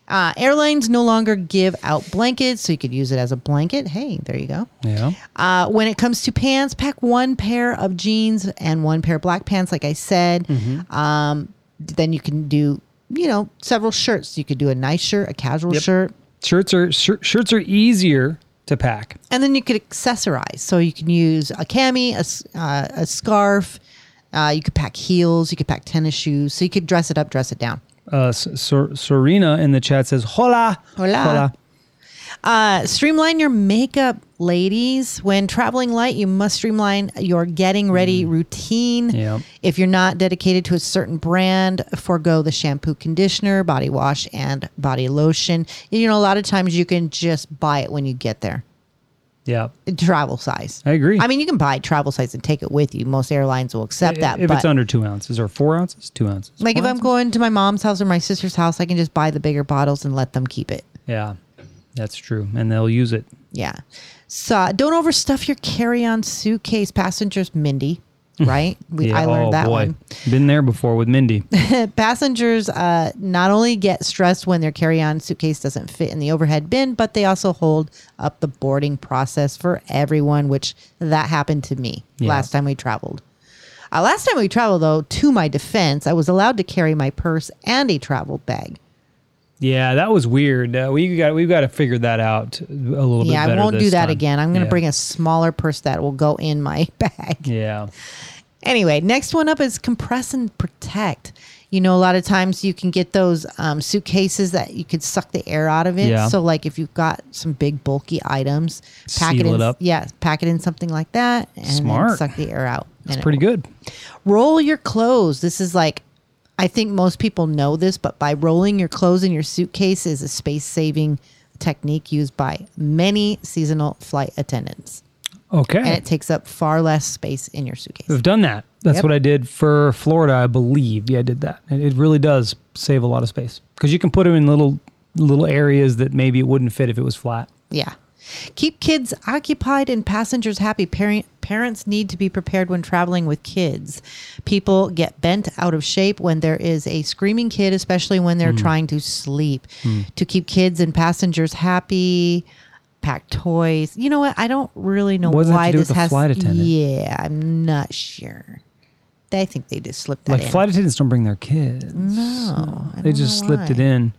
Speaker 2: Uh, airlines no longer give out blankets, so you could use it as a blanket. Hey, there you go.
Speaker 1: Yeah.
Speaker 2: Uh, when it comes to pants, pack one pair of jeans and one pair of black pants, like I said. Um, then you can do, you know, several shirts. You could do a nice shirt, a casual shirt,
Speaker 1: Shirts are shir- shirts are easier to pack.
Speaker 2: and then you could accessorize. So you can use a cami, a, s- uh, a scarf. Uh, you could pack heels. You could pack tennis shoes. So you could dress it up, dress it down.
Speaker 1: Uh, S- Sor- Serena in the chat says hola.
Speaker 2: Hola. Uh, streamline your makeup, ladies. When traveling light, you must streamline your getting
Speaker 1: Mm.
Speaker 2: ready routine.
Speaker 1: Yeah.
Speaker 2: If you're not dedicated to a certain brand, forego the shampoo, conditioner, body wash, and body lotion. You know, a lot of times you can just buy it when you get there.
Speaker 1: Yeah.
Speaker 2: Travel size.
Speaker 1: I agree.
Speaker 2: I mean, you can buy travel size and take it with you. Most airlines will accept that.
Speaker 1: if
Speaker 2: but
Speaker 1: it's under two ounces or four ounces, two ounces.
Speaker 2: like if
Speaker 1: four
Speaker 2: I'm
Speaker 1: ounces?
Speaker 2: going to my mom's house or my sister's house, I can just buy the bigger bottles and let them keep it.
Speaker 1: Yeah, that's true, and they'll use it.
Speaker 2: Yeah. So don't overstuff your carry-on suitcase, passengers. Mindy, right? We,
Speaker 1: Yeah.
Speaker 2: I learned
Speaker 1: oh,
Speaker 2: that
Speaker 1: boy.
Speaker 2: one.
Speaker 1: Been there before with Mindy.
Speaker 2: Passengers uh, not only get stressed when their carry-on suitcase doesn't fit in the overhead bin, but they also hold up the boarding process for everyone. Which that happened to me
Speaker 1: Yeah.
Speaker 2: last time we traveled. Uh, last time we traveled, though, to my defense, I was allowed to carry my purse and a travel bag.
Speaker 1: yeah, that was weird. Uh, we got we've got to figure that out a little
Speaker 2: Yeah,
Speaker 1: bit.
Speaker 2: I
Speaker 1: better
Speaker 2: won't do
Speaker 1: this
Speaker 2: that
Speaker 1: time.
Speaker 2: again. I'm going to
Speaker 1: Yeah.
Speaker 2: bring a smaller purse that will go in my bag.
Speaker 1: Yeah.
Speaker 2: Anyway, next one up is compress and protect. You know, a lot of times you can get those um, suitcases that you could suck the air out of it.
Speaker 1: Yeah.
Speaker 2: So, like if you've got some big bulky items, pack
Speaker 1: Seal
Speaker 2: in,
Speaker 1: it up.
Speaker 2: Yeah, pack it in something like that, and then
Speaker 1: Smart.
Speaker 2: suck the air out. That's
Speaker 1: Pretty good.
Speaker 2: Roll your clothes. This is like, I think most people know this, but by rolling your clothes in your suitcase is a space saving technique used by many seasonal flight attendants. and
Speaker 1: Okay.
Speaker 2: it takes up far less space in your suitcase.
Speaker 1: We've done that. That's
Speaker 2: Yep.
Speaker 1: what I did for Florida, I believe. Yeah, I did that. And it really does save a lot of space because you can put them in little little areas that maybe it wouldn't fit if it was flat.
Speaker 2: Yeah. Keep kids occupied and passengers happy. Parent, parents need to be prepared when traveling with kids. People get bent out of shape when there is a screaming kid, especially when
Speaker 1: Mm.
Speaker 2: they're trying to sleep. To keep kids and passengers happy, pack toys. You know what? I don't really know
Speaker 1: What does that have
Speaker 2: why
Speaker 1: to do with
Speaker 2: this
Speaker 1: the
Speaker 2: has.
Speaker 1: flight attendant?
Speaker 2: Yeah, I'm not sure. I think they just slipped that
Speaker 1: Like
Speaker 2: in.
Speaker 1: flight attendants don't bring their kids.
Speaker 2: no, I
Speaker 1: They
Speaker 2: don't
Speaker 1: just
Speaker 2: know
Speaker 1: slipped it
Speaker 2: why.
Speaker 1: in.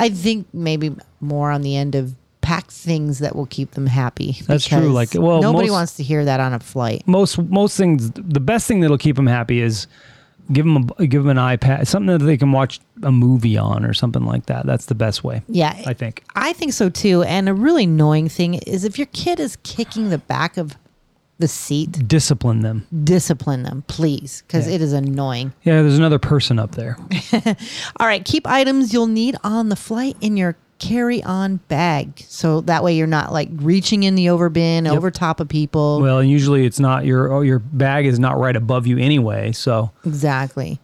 Speaker 2: I think maybe more on the end of pack things that will keep them happy.
Speaker 1: That's true,
Speaker 2: because
Speaker 1: like, well,
Speaker 2: nobody
Speaker 1: most- Mm,
Speaker 2: wants to hear that on a flight.
Speaker 1: most most things the best thing that'll keep them happy is give them a, give them an iPad something that they can watch a movie on or something like that that's the best way
Speaker 2: Yeah,
Speaker 1: I think
Speaker 2: I think so too. And a really annoying thing is if your kid is kicking the back of the seat,
Speaker 1: discipline them
Speaker 2: discipline them, please, because
Speaker 1: Yeah.
Speaker 2: it is annoying.
Speaker 1: yeah there's another person up there
Speaker 2: All right, keep items you'll need on the flight in your carry-on bag, so that way you're not like reaching in the over bin, over top of people.
Speaker 1: well and usually it's not your oh your bag is not right above you anyway so
Speaker 2: Exactly.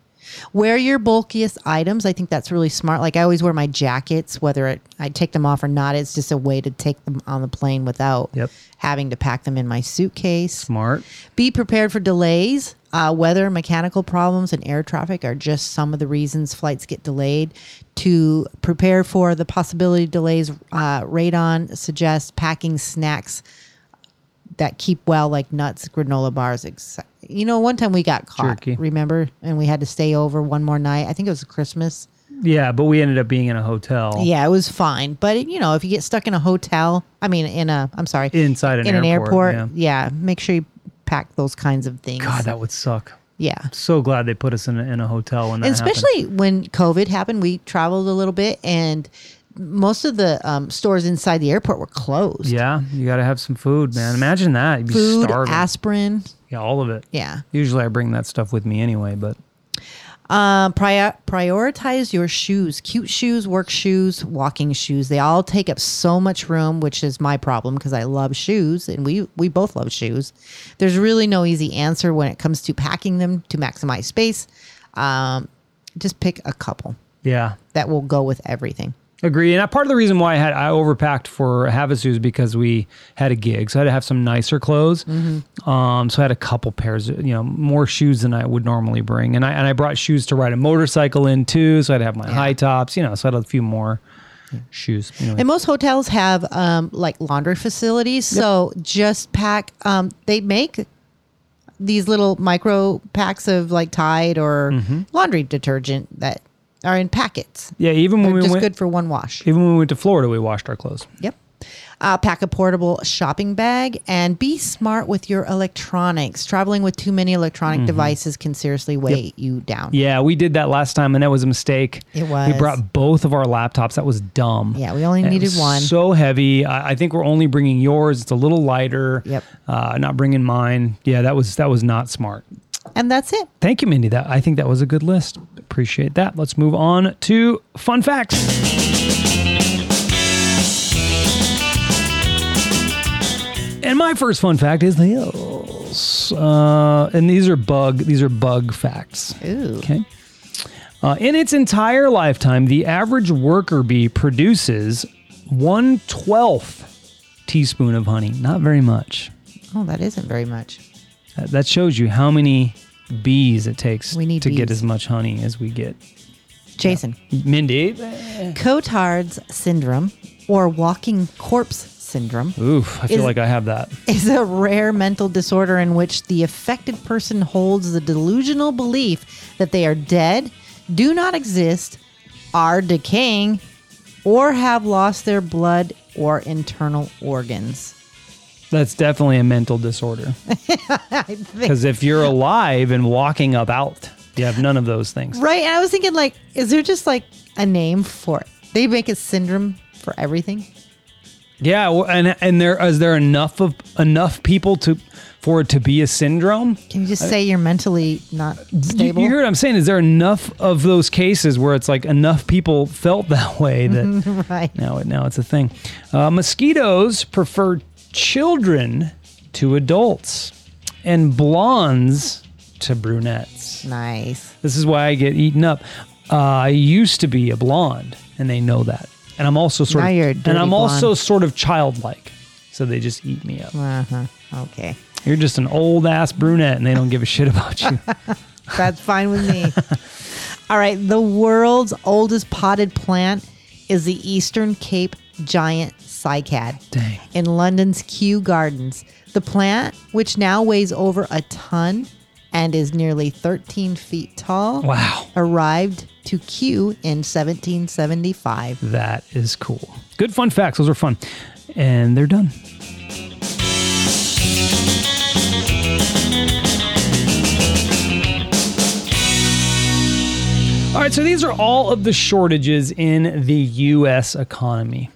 Speaker 2: Wear your bulkiest items. I think that's really smart. Like I always wear my jackets, whether it, I take them off or not. It's just a way to take them on the plane without
Speaker 1: Yep.
Speaker 2: having to pack them in my suitcase.
Speaker 1: smart
Speaker 2: Be prepared for delays. Uh, weather, mechanical problems, and air traffic are just some of the reasons flights get delayed. To prepare for the possibility of delays, uh, radon suggests packing snacks that keep well, like nuts, granola bars. Etc. You know, one time we got caught,
Speaker 1: Jerky.
Speaker 2: remember, and we had to stay over one more night. I think it was Christmas.
Speaker 1: yeah but we ended up being in a hotel
Speaker 2: Yeah, it was fine. But you know, if you get stuck in a hotel, I mean, in a, I'm sorry,
Speaker 1: Inside an
Speaker 2: in
Speaker 1: airport,
Speaker 2: an airport, yeah. make sure you pack those kinds of things.
Speaker 1: god that would suck
Speaker 2: yeah.
Speaker 1: so glad they put us in a, in a hotel when that
Speaker 2: And
Speaker 1: happened.
Speaker 2: especially when COVID happened, we traveled a little bit, and most of the um, stores inside the airport were closed.
Speaker 1: yeah you got to have some food man imagine that you'd be
Speaker 2: Food,
Speaker 1: starving
Speaker 2: aspirin.
Speaker 1: yeah all of it
Speaker 2: Yeah.
Speaker 1: usually I bring that stuff with me anyway but
Speaker 2: Um, prior- prioritize your shoes cute shoes, work shoes, walking shoes. They all take up so much room, which is my problem because I love shoes and we, we both love shoes. There's really no easy answer when it comes to packing them to maximize space. Um, just pick a couple
Speaker 1: yeah
Speaker 2: that will go with everything.
Speaker 1: Agree, and I- part of the reason why I had I overpacked for Havasu is because we had a gig, so I had to have some nicer clothes.
Speaker 2: Mm-hmm.
Speaker 1: Um, so I had a couple pairs, of, you know, more shoes than I would normally bring, and I and I brought shoes to ride a motorcycle in too, so I'd have my high tops, you know, so I had a few more shoes. Anyway.
Speaker 2: And most hotels have um, like laundry facilities, so just pack. Um, they make these little micro packs of like Tide or
Speaker 1: Mm-hmm.
Speaker 2: laundry detergent that are in packets.
Speaker 1: yeah, even when
Speaker 2: They're
Speaker 1: we
Speaker 2: just
Speaker 1: went,
Speaker 2: good for one wash.
Speaker 1: even when we went to Florida, we washed our clothes.
Speaker 2: Yep. Uh, pack a portable shopping bag and be smart with your electronics. Traveling with too many electronic
Speaker 1: Mm-hmm.
Speaker 2: devices can seriously weigh you down.
Speaker 1: Yeah, we did that last time, and that was a mistake.
Speaker 2: It was.
Speaker 1: We brought both of our laptops. That was dumb.
Speaker 2: Yeah, we only
Speaker 1: And it
Speaker 2: needed
Speaker 1: was
Speaker 2: one.
Speaker 1: So heavy. I, I think we're only bringing yours. It's a little lighter.
Speaker 2: Yep.
Speaker 1: Uh, not bringing mine. Yeah, that was that was not smart.
Speaker 2: And that's it.
Speaker 1: Thank you, Mindy. That I think that was a good list. Appreciate that. Let's move on to fun facts. And my first fun fact is nails. Uh, and these are bug. These are bug facts.
Speaker 2: Ooh.
Speaker 1: Okay. Uh, in its entire lifetime, the average worker bee produces one twelfth teaspoon of honey. Not very much.
Speaker 2: Oh, that isn't very much.
Speaker 1: That- That shows you how many bees it takes
Speaker 2: We need
Speaker 1: to get
Speaker 2: bees.
Speaker 1: as much honey as we get.
Speaker 2: Jason.
Speaker 1: Mindy,
Speaker 2: Cotard's syndrome or walking corpse syndrome
Speaker 1: oof, I feel
Speaker 2: Is-
Speaker 1: like I have that.
Speaker 2: is a rare mental disorder in which the affected person holds the delusional belief that they are dead, do not exist, are decaying, or have lost their blood or internal organs.
Speaker 1: That's definitely a mental disorder. Because if you're alive and walking about, you have none of those things.
Speaker 2: Right? And I was thinking, like, is there just like a name for it? They make a syndrome for everything.
Speaker 1: Yeah, well, and and there is there enough of enough people to for it to be a syndrome?
Speaker 2: Can you just say you're mentally not
Speaker 1: You,
Speaker 2: stable?
Speaker 1: you hear what I'm saying? Is there enough of those cases where it's like enough people felt that way that
Speaker 2: right.
Speaker 1: Now, it now it's a thing. Uh, mosquitoes prefer children to adults and blondes to brunettes.
Speaker 2: Nice.
Speaker 1: This is why I get eaten up. Uh, I used to be a blonde, and they know that. And I'm also sort
Speaker 2: Now
Speaker 1: of,
Speaker 2: you're a
Speaker 1: and
Speaker 2: dirty
Speaker 1: I'm also
Speaker 2: blonde.
Speaker 1: sort of childlike, so they just eat me up.
Speaker 2: Uh huh. Okay.
Speaker 1: You're just an old ass brunette, and they don't give a shit about you.
Speaker 2: That's fine with me. All right. The world's oldest potted plant is the Eastern Cape giant cycad
Speaker 1: Dang.
Speaker 2: in London's Kew Gardens. The plant, which now weighs over a ton and is nearly 13 feet tall,
Speaker 1: Wow.
Speaker 2: arrived to Kew in 1775.
Speaker 1: That is cool. Good fun facts. Those are fun, and they're done. All right, so these are all of the shortages in the U.S. economy.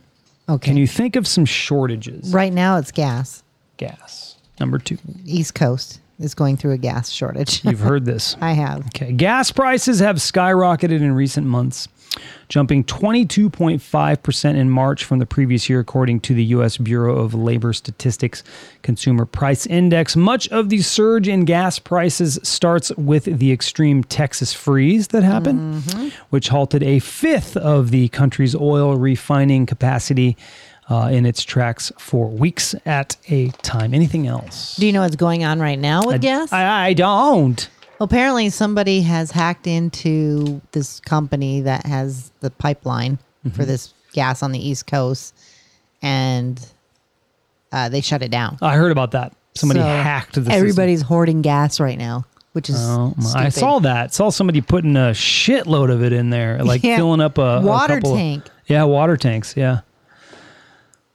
Speaker 2: Okay.
Speaker 1: Can you think of some shortages?
Speaker 2: right now, it's gas.
Speaker 1: Gas. Number two.
Speaker 2: East Coast is going through a gas shortage.
Speaker 1: You've heard this.
Speaker 2: I have.
Speaker 1: Okay. Gas prices have skyrocketed in recent months, jumping 22.5% in March from the previous year, according to the U.S. Bureau of Labor Statistics Consumer Price Index. Much of the surge in gas prices starts with the extreme Texas freeze that happened, which halted a fifth of the country's oil refining capacity. Uh, in its tracks for weeks at a time. Anything else?
Speaker 2: Do you know what's going on right now with gas?
Speaker 1: I, I don't.
Speaker 2: Apparently, somebody has hacked into this company that has the pipeline
Speaker 1: Mm-hmm.
Speaker 2: for this gas on the East Coast, and uh, they shut it down.
Speaker 1: I heard about that. Somebody
Speaker 2: So,
Speaker 1: hacked the system.
Speaker 2: Everybody's hoarding gas right now, which is
Speaker 1: Oh, my- I
Speaker 2: stupid.
Speaker 1: saw that. Saw somebody putting a shitload of it in there, like
Speaker 2: Yeah.
Speaker 1: filling up a a
Speaker 2: Water
Speaker 1: couple of-
Speaker 2: tank.
Speaker 1: yeah, water tanks. Yeah.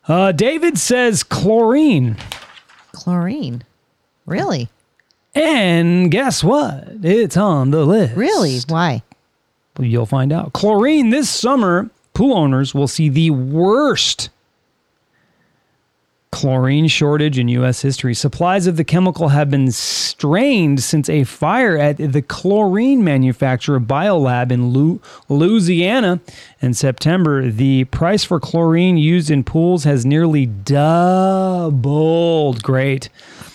Speaker 1: Uh, David says chlorine,
Speaker 2: chlorine. Really,
Speaker 1: and guess what? It's on the list.
Speaker 2: really? Why?
Speaker 1: You'll find out. Chlorine this summer, pool owners will see the worst chlorine shortage in U.S. history. Supplies of the chemical have been strained since a fire at the chlorine manufacturer Biolab in Lu- Louisiana in September. The price for chlorine used in pools has nearly doubled. Great.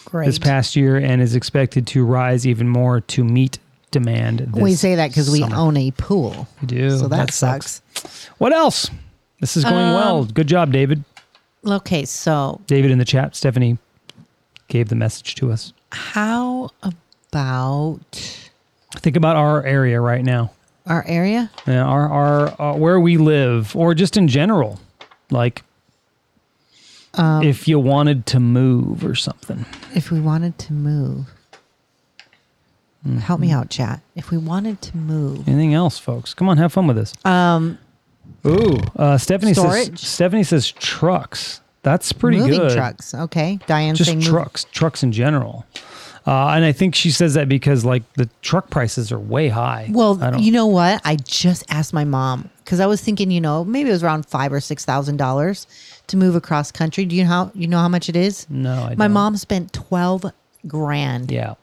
Speaker 2: Great.
Speaker 1: This past year and is expected to rise even more to meet demand. This
Speaker 2: we say that because we
Speaker 1: summer.
Speaker 2: own a pool. We
Speaker 1: do.
Speaker 2: So that,
Speaker 1: That sucks.
Speaker 2: sucks. Um,
Speaker 1: What else? This is going well. Good job, David.
Speaker 2: Okay, so
Speaker 1: David in the chat. Stephanie gave the message to us.
Speaker 2: how about
Speaker 1: Think about our area right now,
Speaker 2: our area?
Speaker 1: Uh, our, our uh, where we live, or just in general, like
Speaker 2: Um,
Speaker 1: if you wanted to move or something.
Speaker 2: If we wanted to move, help me
Speaker 1: Mm-hmm.
Speaker 2: out, chat. If we wanted to move,
Speaker 1: Anything else, folks? Come on, have fun with this.
Speaker 2: um,
Speaker 1: Ooh, uh, Stephanie
Speaker 2: Storage?
Speaker 1: says. Stephanie says trucks. That's pretty
Speaker 2: moving
Speaker 1: good.
Speaker 2: trucks. Okay, Diane's
Speaker 1: just
Speaker 2: saying move-
Speaker 1: trucks, trucks in general. Uh, and I think she says that because like the truck prices are way high. I
Speaker 2: Well,
Speaker 1: don't-
Speaker 2: you know what? I just asked my mom because I was thinking, you know, maybe it was around five or six thousand dollars to move across country. Do you know how you know how much it is?
Speaker 1: No, I
Speaker 2: my
Speaker 1: don't.
Speaker 2: mom spent twelve grand.
Speaker 1: Yeah.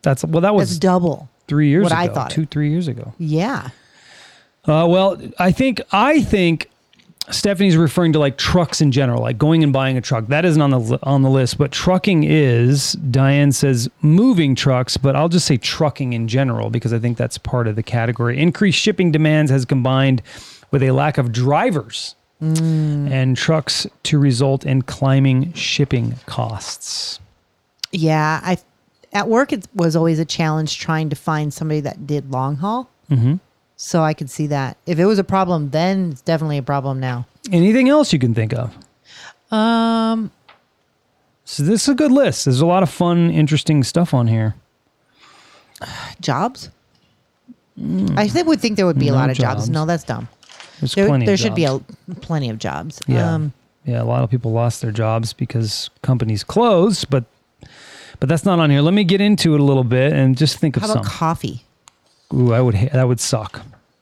Speaker 1: That's well. That
Speaker 2: That's
Speaker 1: was
Speaker 2: double.
Speaker 1: three years
Speaker 2: what
Speaker 1: ago.
Speaker 2: I thought.
Speaker 1: Two, three years ago.
Speaker 2: Yeah,
Speaker 1: Uh, well, I think I think Stephanie's referring to like trucks in general, like going and buying a truck. That isn't on the li- on the list, but trucking is. Diane says moving trucks, but I'll just say trucking in general because I think that's part of the category. Increased shipping demands has combined with a lack of drivers
Speaker 2: Mm.
Speaker 1: and trucks to result in climbing shipping costs.
Speaker 2: yeah. I at work it was always a challenge trying to find somebody that did long haul. Mm-hmm. So I could see that if it was a problem then, it's definitely a problem now.
Speaker 1: Anything else you can think of?
Speaker 2: Um,
Speaker 1: So this is a good list. There's a lot of fun, interesting stuff on here.
Speaker 2: jobs. I think would think there would be
Speaker 1: Mm. No
Speaker 2: a lot of jobs.
Speaker 1: jobs.
Speaker 2: No, that's dumb.
Speaker 1: There's
Speaker 2: There,
Speaker 1: plenty. of
Speaker 2: there should be
Speaker 1: jobs.
Speaker 2: a, plenty of jobs. Um,
Speaker 1: Yeah. yeah, a lot of people lost their jobs because companies closed, but but that's not on here. Let me get into it a little bit and just think of
Speaker 2: how about
Speaker 1: some.
Speaker 2: coffee?
Speaker 1: Ooh, I would ha- that would suck.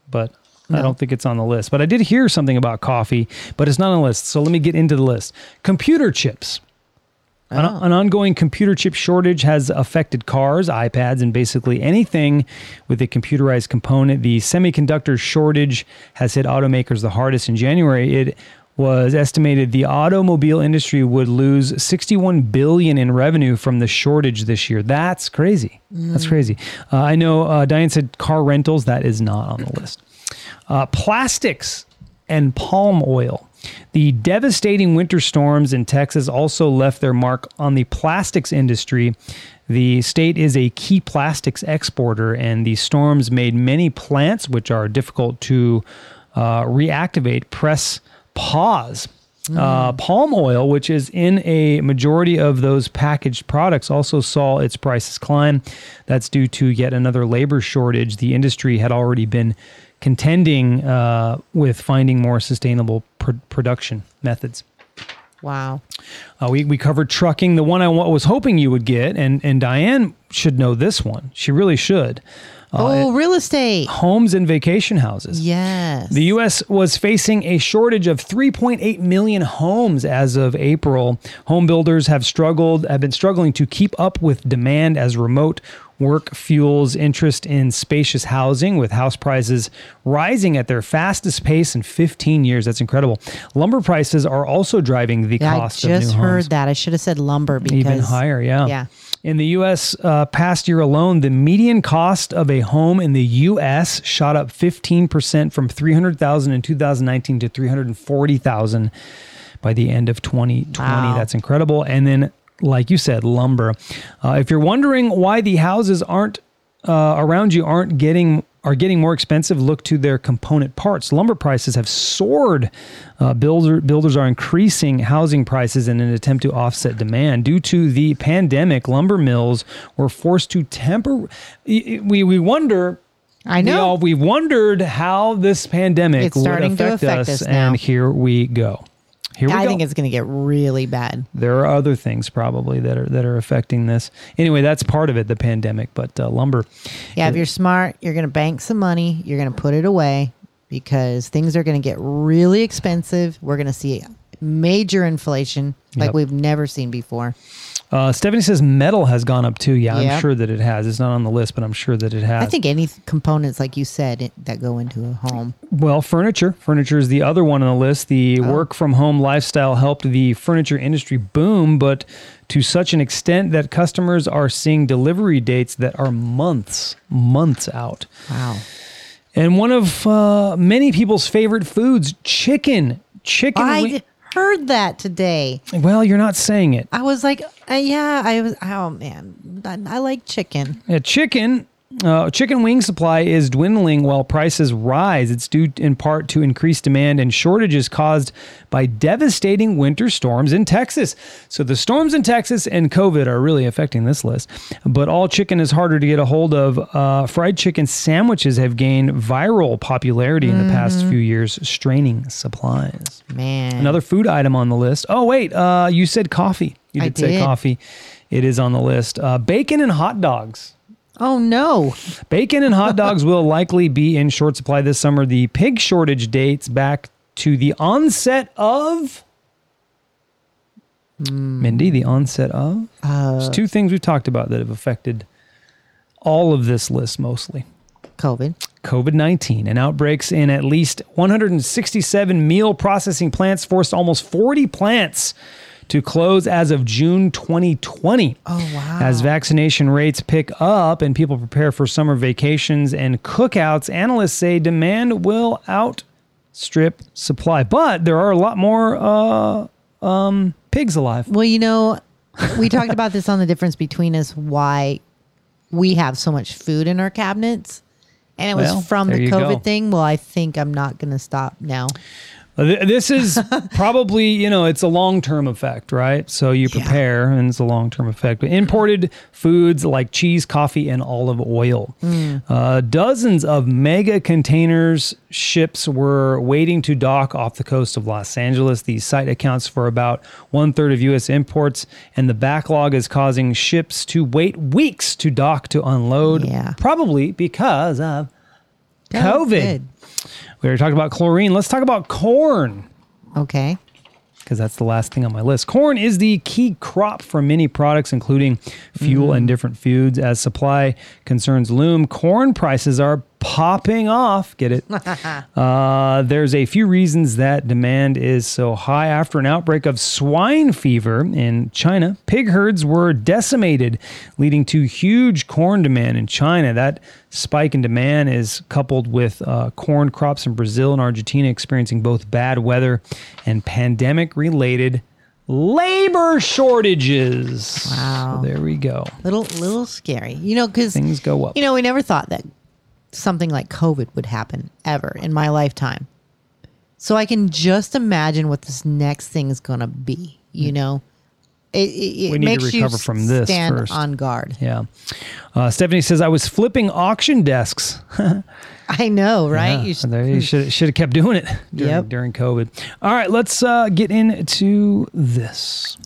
Speaker 1: But I don't think it's on the list. But I did hear something about coffee, but it's not on the list. So let me get into the list. Computer chips. An, an ongoing computer chip shortage has affected cars, iPads, and basically anything with a computerized component. The semiconductor shortage has hit automakers the hardest in January. It was estimated the automobile industry would lose 61 billion in revenue from the shortage this year. That's crazy. That's crazy. Uh, I know uh, Diane said car rentals. That is not on the list. Uh, plastics and palm oil. The devastating winter storms in Texas also left their mark on the plastics industry. The state is a key plastics exporter, and the storms made many plants, which are difficult to uh, reactivate, press pause. Uh, palm oil, which is in a majority of those packaged products, also saw its prices climb. That's due to yet another labor shortage. The industry had already been contending uh, with finding more sustainable pr- production methods.
Speaker 2: Wow.
Speaker 1: Uh, we, we covered trucking, the one I wa- was hoping you would get, and, and Diane should know this one. She really should.
Speaker 2: oh, real estate.
Speaker 1: Homes and vacation houses.
Speaker 2: Yes.
Speaker 1: The U.S. was facing a shortage of 3.8 million homes as of April. Home builders have struggled, have been struggling to keep up with demand as remote work fuels interest in spacious housing, with house prices rising at their fastest pace in 15 years. That's incredible. Lumber prices are also driving the
Speaker 2: Yeah, I
Speaker 1: cost of new
Speaker 2: just heard
Speaker 1: homes.
Speaker 2: that. I should have said lumber because
Speaker 1: Even higher, yeah.
Speaker 2: Yeah.
Speaker 1: In the U.S. Uh, past year alone, the median cost of a home in the U.S. shot up 15 percent from 300,000 in 2019 to 340,000 by the end of 2020.
Speaker 2: Wow.
Speaker 1: That's incredible. And then, like you said, lumber. Uh, if you're wondering why the houses aren't uh, around you aren't getting are getting more expensive, look to their component parts. Lumber prices have soared. Uh, builder, builders are increasing housing prices in an attempt to offset demand. Due to the pandemic, lumber mills were forced to temper. We, we wonder.
Speaker 2: I know.
Speaker 1: We, all, we wondered how this pandemic
Speaker 2: It's
Speaker 1: would
Speaker 2: starting
Speaker 1: affect,
Speaker 2: to affect
Speaker 1: us,
Speaker 2: us now.
Speaker 1: and here we go. Here we
Speaker 2: I
Speaker 1: go
Speaker 2: think it's going to get really bad.
Speaker 1: there are other things probably that are that are affecting this. Anyway, that's part of it, the pandemic. But uh, lumber,
Speaker 2: Yeah, if you're smart, you're going to bank some money, you're going to put it away because things are going to get really expensive. We're going to see major inflation like
Speaker 1: Yep.
Speaker 2: we've never seen before.
Speaker 1: uh, Stephanie says metal has gone up too. Yeah, I'm
Speaker 2: Yeah.
Speaker 1: sure that it has. It's not on the list, but I'm sure that it has.
Speaker 2: I think any th- components like you said it, that go into a home.
Speaker 1: Well, furniture. Furniture is the other one on the list. The
Speaker 2: Oh.
Speaker 1: work from home lifestyle helped the furniture industry boom, but to such an extent that customers are seeing delivery dates that are months, months out.
Speaker 2: Wow.
Speaker 1: And one of uh, many people's favorite foods, chicken. Chicken.
Speaker 2: I
Speaker 1: wi-
Speaker 2: heard that today.
Speaker 1: well, you're not saying it.
Speaker 2: I was like, uh, yeah, I was oh man, I, I like chicken.
Speaker 1: Yeah, chicken. Uh, chicken wing supply is dwindling while prices rise. It's due in part to increased demand and shortages caused by devastating winter storms in Texas. So the storms in Texas and COVID are really affecting this list. But all chicken is harder to get a hold of. Uh, fried chicken sandwiches have gained viral popularity in the past
Speaker 2: Mm-hmm.
Speaker 1: few years, straining supplies.
Speaker 2: Man.
Speaker 1: Another food item on the list. Oh wait, uh, you said coffee. You
Speaker 2: I
Speaker 1: did say
Speaker 2: did.
Speaker 1: coffee. It is on the list. Uh, bacon and hot dogs.
Speaker 2: Oh no.
Speaker 1: Bacon and hot dogs will likely be in short supply this summer. The pig shortage dates back to the onset of. Mindy, the onset of. There's two things we've talked about that have affected all of this list mostly.
Speaker 2: COVID.
Speaker 1: COVID 19 and outbreaks in at least 167 meal processing plants forced almost 40 plants to close as of June 2020.
Speaker 2: Oh, wow.
Speaker 1: As vaccination rates pick up and people prepare for summer vacations and cookouts, analysts say demand will outstrip supply. But there are a lot more uh, um, pigs alive.
Speaker 2: Well, you know, we talked about this on the difference between us why we have so much food in our cabinets. And it was
Speaker 1: Well,
Speaker 2: from
Speaker 1: there
Speaker 2: the
Speaker 1: you
Speaker 2: COVID
Speaker 1: go.
Speaker 2: thing. Well, I think I'm not going to stop now.
Speaker 1: Th- This is probably, you know, it's a long term effect, right? So you prepare and it's a long term effect. But imported foods like cheese, coffee, and olive oil. Uh, dozens of mega containers ships were waiting to dock off the coast of Los Angeles. The site accounts for about one third of U.S. imports, and the backlog is causing ships to wait weeks to dock to unload,
Speaker 2: Yeah.
Speaker 1: probably because of COVID.
Speaker 2: Oh,
Speaker 1: We already talked about chlorine. Let's talk about corn
Speaker 2: Okay.
Speaker 1: because that's the last thing on my list. Corn is the key crop for many products, including fuel and different foods. As supply concerns loom, corn prices are popping off. Get it? uh, there's a few reasons that demand is so high. After an outbreak of swine fever in China, pig herds were decimated, leading to huge corn demand in China. That spike in demand is coupled with uh, corn crops in Brazil and Argentina experiencing both bad weather and pandemic related labor shortages.
Speaker 2: Wow.
Speaker 1: So there we go.
Speaker 2: little little scary, you know, because
Speaker 1: Things go up.
Speaker 2: You know, we never thought that something like COVID would happen ever in my lifetime. So I can just imagine what this next thing is going to be. You know, it, it, it
Speaker 1: Hmm. We need to
Speaker 2: makes you
Speaker 1: recover from this
Speaker 2: stand
Speaker 1: first.
Speaker 2: on guard.
Speaker 1: Yeah. Uh, Stephanie says, I was flipping auction desks.
Speaker 2: I know, right?
Speaker 1: Yeah,
Speaker 2: you mm, should,
Speaker 1: Ah, there- you should should have kept doing it during,
Speaker 2: Yep.
Speaker 1: during COVID. All right, let's uh, get into this.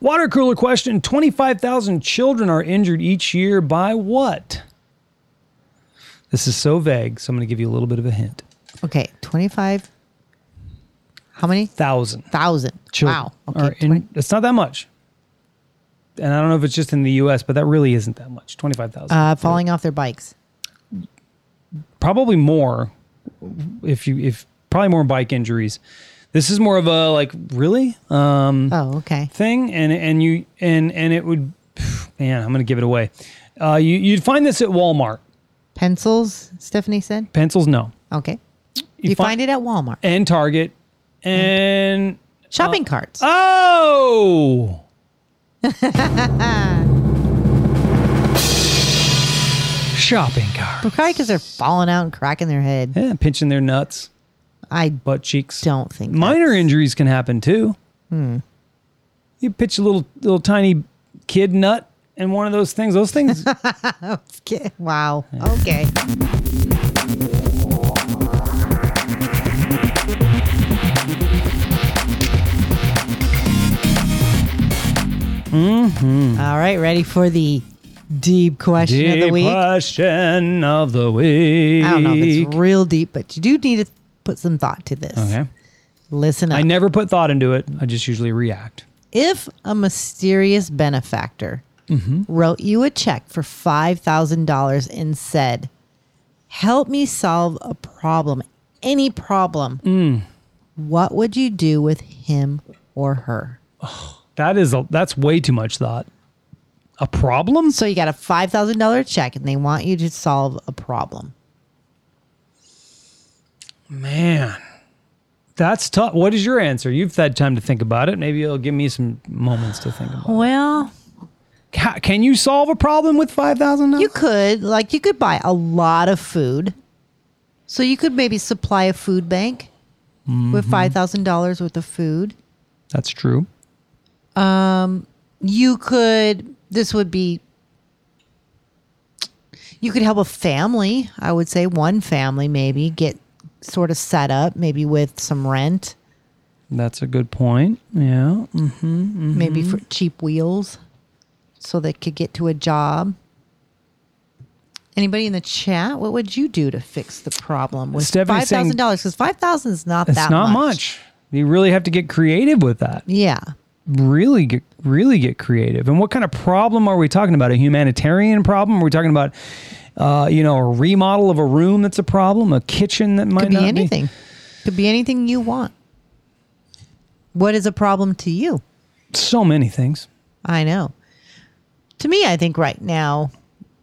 Speaker 1: Water cooler question: Twenty five thousand children are injured each year by what? This is so vague, so I'm going to give you a little bit of a hint.
Speaker 2: okay, twenty five. How many
Speaker 1: Thousand.
Speaker 2: thousand?
Speaker 1: children
Speaker 2: Wow.
Speaker 1: are
Speaker 2: Okay,
Speaker 1: in-
Speaker 2: 20
Speaker 1: it's not that much. And I don't know if it's just in the U.S., but that really isn't that much. Twenty-five thousand.
Speaker 2: uh, falling off their bikes.
Speaker 1: probably more if you if probably more bike injuries this is more of a like really uh,
Speaker 2: Oh, okay.
Speaker 1: thing and and you and and it would man i'm gonna give it away uh you, you'd find this at walmart
Speaker 2: Pencils. Stephanie said.
Speaker 1: pencils no
Speaker 2: Okay. You, find, it Hmm. at Walmart.
Speaker 1: and target and
Speaker 2: Shopping
Speaker 1: ah.
Speaker 2: carts.
Speaker 1: oh shopping cart
Speaker 2: Probably because they're falling out and cracking their head.
Speaker 1: yeah pinching their nuts
Speaker 2: I
Speaker 1: butt cheeks
Speaker 2: don't think
Speaker 1: minor injuries can happen too.
Speaker 2: Hmm.
Speaker 1: You pitch a little little tiny kid nut and one of those things. Those things.
Speaker 2: That's, wow. Okay.
Speaker 1: Mm-hmm.
Speaker 2: All right, ready for the deep question of the week.
Speaker 1: Depression of the week.
Speaker 2: I don't know if it's real deep, but you do need to put some thought to this.
Speaker 1: okay.
Speaker 2: Listen up.
Speaker 1: I never put thought into it. I just usually react.
Speaker 2: if a mysterious benefactor wrote you a check for $5,000 and said, Help me solve a problem, any problem, what would you do with him or her?
Speaker 1: That is a, that's way too much thought. A problem?
Speaker 2: So you got a $5,000 check and they want you to solve a problem.
Speaker 1: Man, that's tough. What is your answer? You've had time to think about it. Maybe it'll give me some moments to think about.
Speaker 2: Well,
Speaker 1: Ca can you solve a problem with five thousand?
Speaker 2: you could, like, you could buy a lot of food. So you could maybe supply a food bank with $5,000 worth of food.
Speaker 1: That's true.
Speaker 2: you could this would be you could help a family i would say one family maybe get sort of set up maybe with some rent
Speaker 1: That's a good point. Yeah.
Speaker 2: maybe
Speaker 1: Mm-hmm.
Speaker 2: for cheap wheels so they could get to a job anybody in the chat what would you do to fix the problem with
Speaker 1: Stephanie's saying-
Speaker 2: $5000 because 5000 is not
Speaker 1: It's
Speaker 2: that
Speaker 1: not much.
Speaker 2: much.
Speaker 1: You really have to get creative with that.
Speaker 2: yeah
Speaker 1: Really get really get creative. And what kind of problem are we talking about? A humanitarian problem? Are we talking about uh, you know, a remodel of a room that's a problem, a kitchen that might
Speaker 2: could be
Speaker 1: not
Speaker 2: anything could be anything you want what is a problem to you
Speaker 1: so many things.
Speaker 2: I know. To me, I think right now,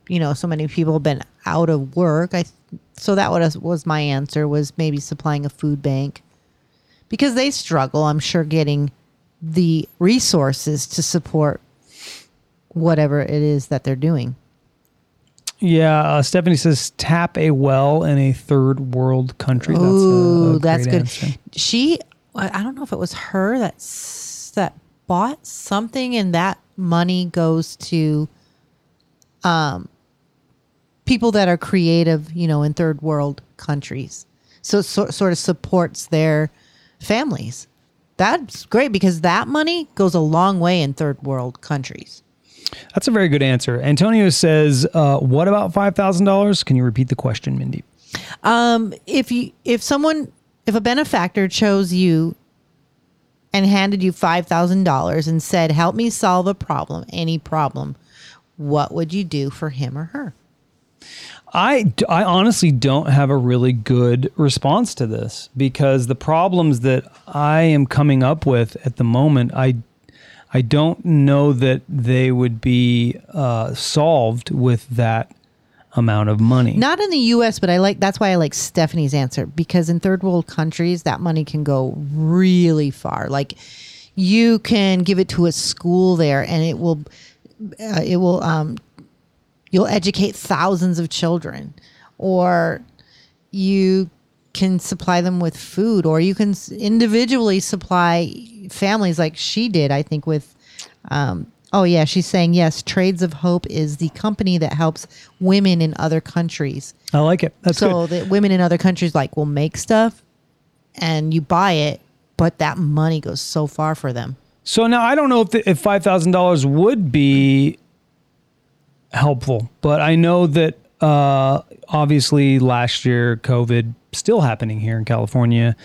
Speaker 2: you know, so many people have been out of work. I so that was was my answer was maybe supplying a food bank because they struggle. I'm sure getting the resources to support whatever it is that they're doing.
Speaker 1: Yeah, uh, Stephanie says tap a well in a third world country. That's a- a,
Speaker 2: Ooh,
Speaker 1: great
Speaker 2: that's, good.
Speaker 1: answer.
Speaker 2: She, I I don't know if it was her that's that bought something, and that money goes to, um, people that are creative, you know, in third world countries. So it so, sort of supports their families. That's great because that money goes a long way in third world countries.
Speaker 1: That's a very good answer. Antonio says, uh, "What about five thousand dollars? Can you repeat the question, Mindy?"
Speaker 2: um, if you if someone if a benefactor chose you and handed you five thousand dollars and said, "Help me solve a problem, any problem," what would you do for him or her?
Speaker 1: I, I honestly don't have a really good response to this because the problems that I am coming up with at the moment, I, I don't know that they would be uh, solved with that amount of money.
Speaker 2: Not in the U.S., but I like that's why I like Stephanie's answer because in third world countries that money can go really far. Like you can give it to a school there, and it will uh, it will um, you'll educate thousands of children, or you can supply them with food, or you can s- individually supply families like she did. I think with um, Oh, yeah. She's saying, yes, Trades of Hope is the company that helps women in other countries.
Speaker 1: I like it. That's
Speaker 2: so
Speaker 1: good.
Speaker 2: that women in other countries like will make stuff and you buy it, but that money goes so far for them.
Speaker 1: So now I don't know if, the, if $5,000 would be helpful, but I know that uh, obviously last year, COVID still happening here in California.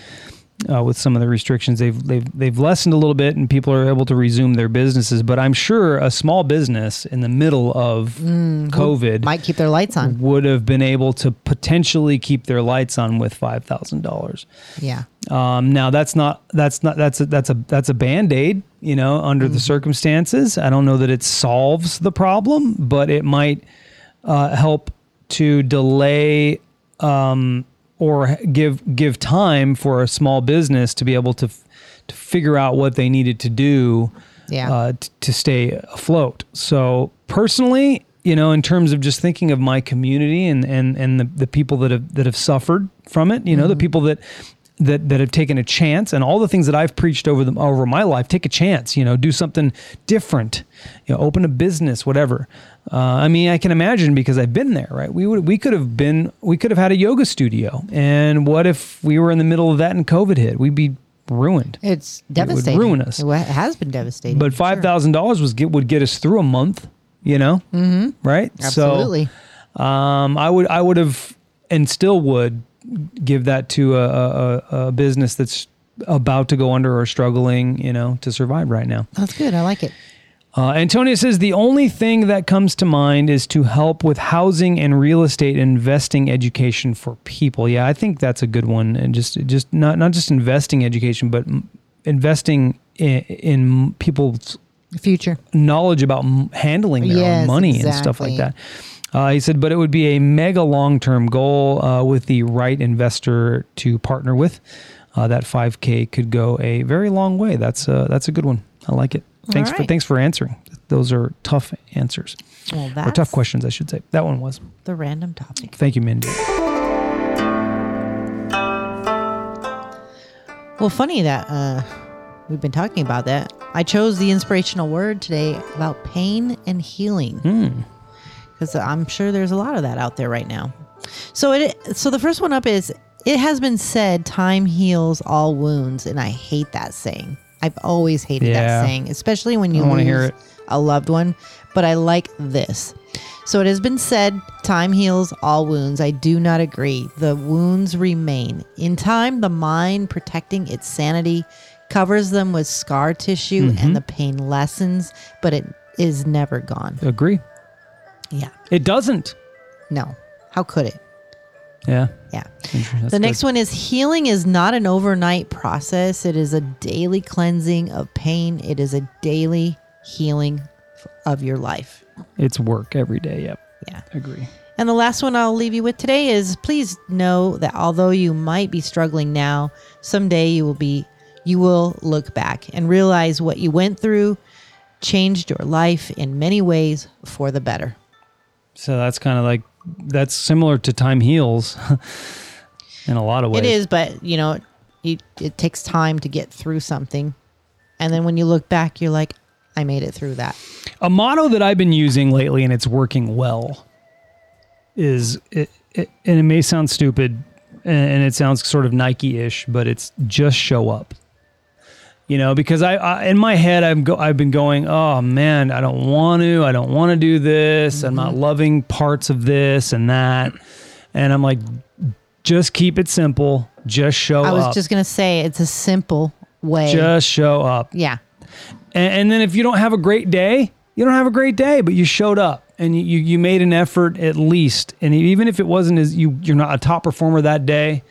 Speaker 1: Uh, with some of the restrictions, they've they've they've lessened a little bit, and people are able to resume their businesses. But I'm sure a small business in the middle of COVID
Speaker 2: Might keep their lights on.
Speaker 1: would have been able to potentially keep their lights on with five thousand dollars.
Speaker 2: Yeah.
Speaker 1: Um, now that's not that's not that's a, that's a that's a band aid, you know, under the circumstances. I don't know that it solves the problem, but it might uh, help to delay um, or give give time for a small business to be able to f- to figure out what they needed to do
Speaker 2: Yeah.
Speaker 1: uh, t- to stay afloat. So personally, you know, in terms of just thinking of my community and and and the, the people that have that have suffered from it, you know, the people that that that have taken a chance and all the things that I've preached over them over my life, take a chance, you know, do something different, you know, open a business, whatever. Uh, I mean, I can imagine because I've been there, right? We would we could have been we could have had a yoga studio, and what if we were in the middle of that and COVID hit? We'd be ruined.
Speaker 2: It's
Speaker 1: would
Speaker 2: devastating.
Speaker 1: ruin us.
Speaker 2: It wa- has been devastating.
Speaker 1: But five thousand dollars was get would get us through a month, you know, mm-hmm. right?
Speaker 2: Absolutely.
Speaker 1: So, um, I would I would have and still would give that to a, a, a- a business that's about to go under or struggling, you know, to survive right now.
Speaker 2: That's good. I like it.
Speaker 1: Uh, Antonio says the only thing that comes to mind is to help with housing and real estate investing education for people. Yeah, I think that's a good one, and just just not not just investing education, but m- investing in, in people's
Speaker 2: Future.
Speaker 1: knowledge about m- handling their
Speaker 2: Yes,
Speaker 1: own money and stuff like that.
Speaker 2: exactly.
Speaker 1: Uh, he said, but it would be a mega long term goal uh, with the right investor to partner with. Uh, that 5K could go a very long way. That's uh, that's a good one. I like it. Thanks for
Speaker 2: right.
Speaker 1: thanks for answering. Those are tough answers
Speaker 2: Well,
Speaker 1: or
Speaker 2: that's
Speaker 1: tough questions, I should say. That one was.
Speaker 2: the random topic.
Speaker 1: Thank you, Mindy.
Speaker 2: Well, funny that uh, we've been talking about that. I chose the inspirational word today about pain and healing
Speaker 1: Hmm.
Speaker 2: because I'm sure there's a lot of that out there right now. So it so the first one up is it has been said time heals all wounds, and I hate that saying. I've always hated
Speaker 1: Yeah.
Speaker 2: that saying, especially when you
Speaker 1: I wanna
Speaker 2: lose
Speaker 1: hear it.
Speaker 2: a loved one. But I like this. So it has been said, time heals all wounds. I do not agree. The wounds remain. In time, the mind protecting its sanity covers them with scar tissue and the pain lessens, but it is never gone.
Speaker 1: Agree.
Speaker 2: Yeah.
Speaker 1: It doesn't.
Speaker 2: No. How could it?
Speaker 1: Yeah.
Speaker 2: Yeah.
Speaker 1: That's
Speaker 2: the next one is healing is not an overnight process. It is a daily cleansing of pain. It is a daily healing f- of your life.
Speaker 1: good. It's work every day. Yep.
Speaker 2: Yeah.
Speaker 1: Agree.
Speaker 2: And the last one I'll leave you with today is please know that although you might be struggling now, someday you will be you will look back and realize what you went through changed your life in many ways for the better.
Speaker 1: So that's kind of like that's similar to time heals in a lot of ways.
Speaker 2: It is, but you know, you, it takes time to get through something. And then when you look back, you're like, I made it through that.
Speaker 1: a motto that I've been using lately, and it's working well. Is it, it and it may sound stupid, and, and it sounds sort of Nike-ish, but it's just show up. You know, because I, I in my head I'm go, I've been going, oh man, I don't want to, I don't want to do this. I'm
Speaker 2: Mm-hmm.
Speaker 1: not loving parts of this and that, and I'm like, just keep it simple, just show
Speaker 2: I
Speaker 1: up,
Speaker 2: was just going to say it's a simple way.
Speaker 1: uh, just show up.
Speaker 2: yeah.
Speaker 1: And, and then if you don't have a great day, you don't have a great day, but you showed up and you, you, you made an effort at least. And e, even if it wasn't as you, you're not a top performer that day,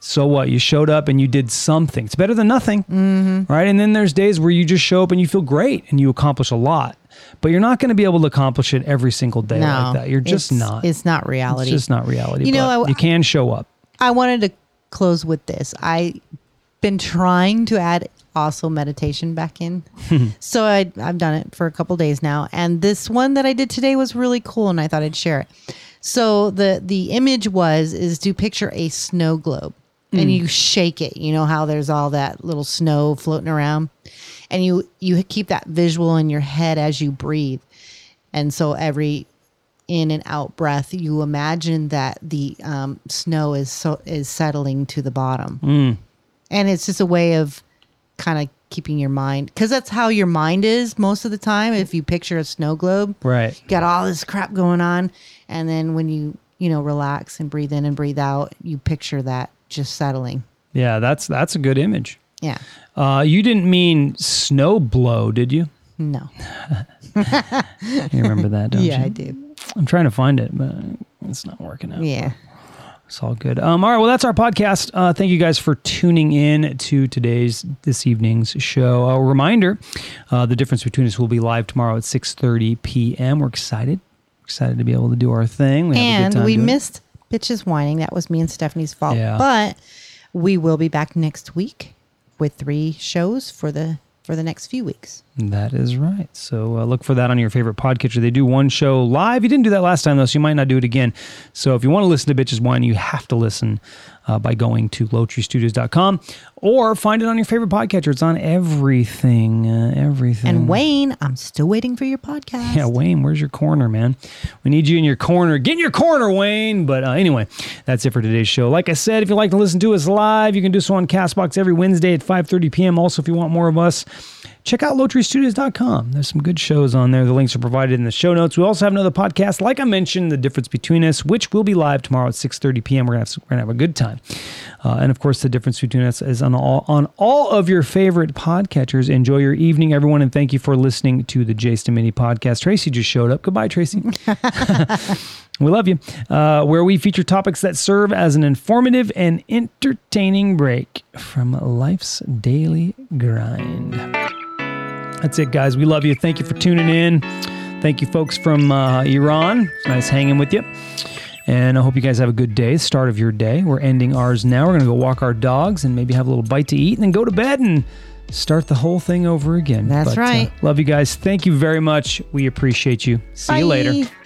Speaker 1: so what? You showed up and you did something. It's better than nothing,
Speaker 2: Mm-hmm.
Speaker 1: right? And then there's days where you just show up and you feel great and you accomplish a lot, but you're not going to be able to accomplish it every single day like that. You're just
Speaker 2: it's-
Speaker 1: not.
Speaker 2: It's not reality.
Speaker 1: It's just not reality.
Speaker 2: You
Speaker 1: You
Speaker 2: know,
Speaker 1: know,
Speaker 2: I-
Speaker 1: you can show up.
Speaker 2: I wanted to close with this. I've been trying to add also meditation back in. so I, I've done it for a couple days now. And this one that I did today was really cool and I thought I'd share it. So the the image was is to picture a snow globe and you shake it. You know how there's all that little snow floating around and you you keep that visual in your head as you breathe. And so every in and out breath, you imagine that the um, snow is so is settling to the bottom,
Speaker 1: Mm.
Speaker 2: and it's just a way of kind of keeping your mind because that's how your mind is most of the time. If you picture a snow globe,
Speaker 1: Right.
Speaker 2: you got all this crap going on, and then when you you know relax and breathe in and breathe out, you picture that just settling.
Speaker 1: Yeah, that's that's a good image.
Speaker 2: Yeah,
Speaker 1: Uh, you didn't mean snow blow, did you?
Speaker 2: no,
Speaker 1: You remember that, don't
Speaker 2: yeah,
Speaker 1: you?
Speaker 2: I do.
Speaker 1: I'm trying to find it, but it's not working out.
Speaker 2: Yeah,
Speaker 1: It's all good. Um, all right. Well, that's our podcast. Uh, thank you guys for tuning in to today's this evening's show. A reminder: uh, the difference between us will be live tomorrow at 6:30 p.m. We're excited, excited to be able to do our thing. We had a good
Speaker 2: and
Speaker 1: time
Speaker 2: we
Speaker 1: doing it.
Speaker 2: missed bitches whining. That was me and Stephanie's fault.
Speaker 1: Yeah.
Speaker 2: But we will be back next week with three shows for the for the next few weeks.
Speaker 1: That is right. So uh, look for that on your favorite podcatcher. They do one show live. You didn't do that last time, though, so you might not do it again. So if you want to listen to Bitches Wine, you have to listen uh, by going to lowtreestudios.com or find it on your favorite podcatcher. It's on everything, uh, everything.
Speaker 2: And Wayne, I'm still waiting for your podcast.
Speaker 1: Yeah, Wayne, where's your corner, man? We need you in your corner. Get in your corner, Wayne. But uh, anyway, that's it for today's show. Like I said, if you like to listen to us live, you can do so on Castbox every Wednesday at 5.30 p.m. Also, if you want more of us, check out lowtreestudios.com. There's some good shows on there. The links are provided in the show notes. We also have another podcast, like I mentioned, The Difference Between Us, which will be live tomorrow at 6.30 p.m. We're going to have a good time. Uh, and of course, The Difference Between Us is on all, on all of your favorite podcatchers. Enjoy your evening, everyone, and thank you for listening to the Jay Stamini podcast. Tracy just showed up. Goodbye, Tracy. We love you. Uh, where we feature topics that serve as an informative and entertaining break from life's daily grind. That's it, guys. We love you. Thank you for tuning in. Thank you, folks from uh, Iran. It's nice hanging with you. And I hope you guys have a good day, start of your day. We're ending ours now. We're going to go walk our dogs and maybe have a little bite to eat and then go to bed and start the whole thing over again.
Speaker 2: That's
Speaker 1: uh,
Speaker 2: right.
Speaker 1: love you guys. Thank you very much. We appreciate you. See you
Speaker 2: Bye.
Speaker 1: later.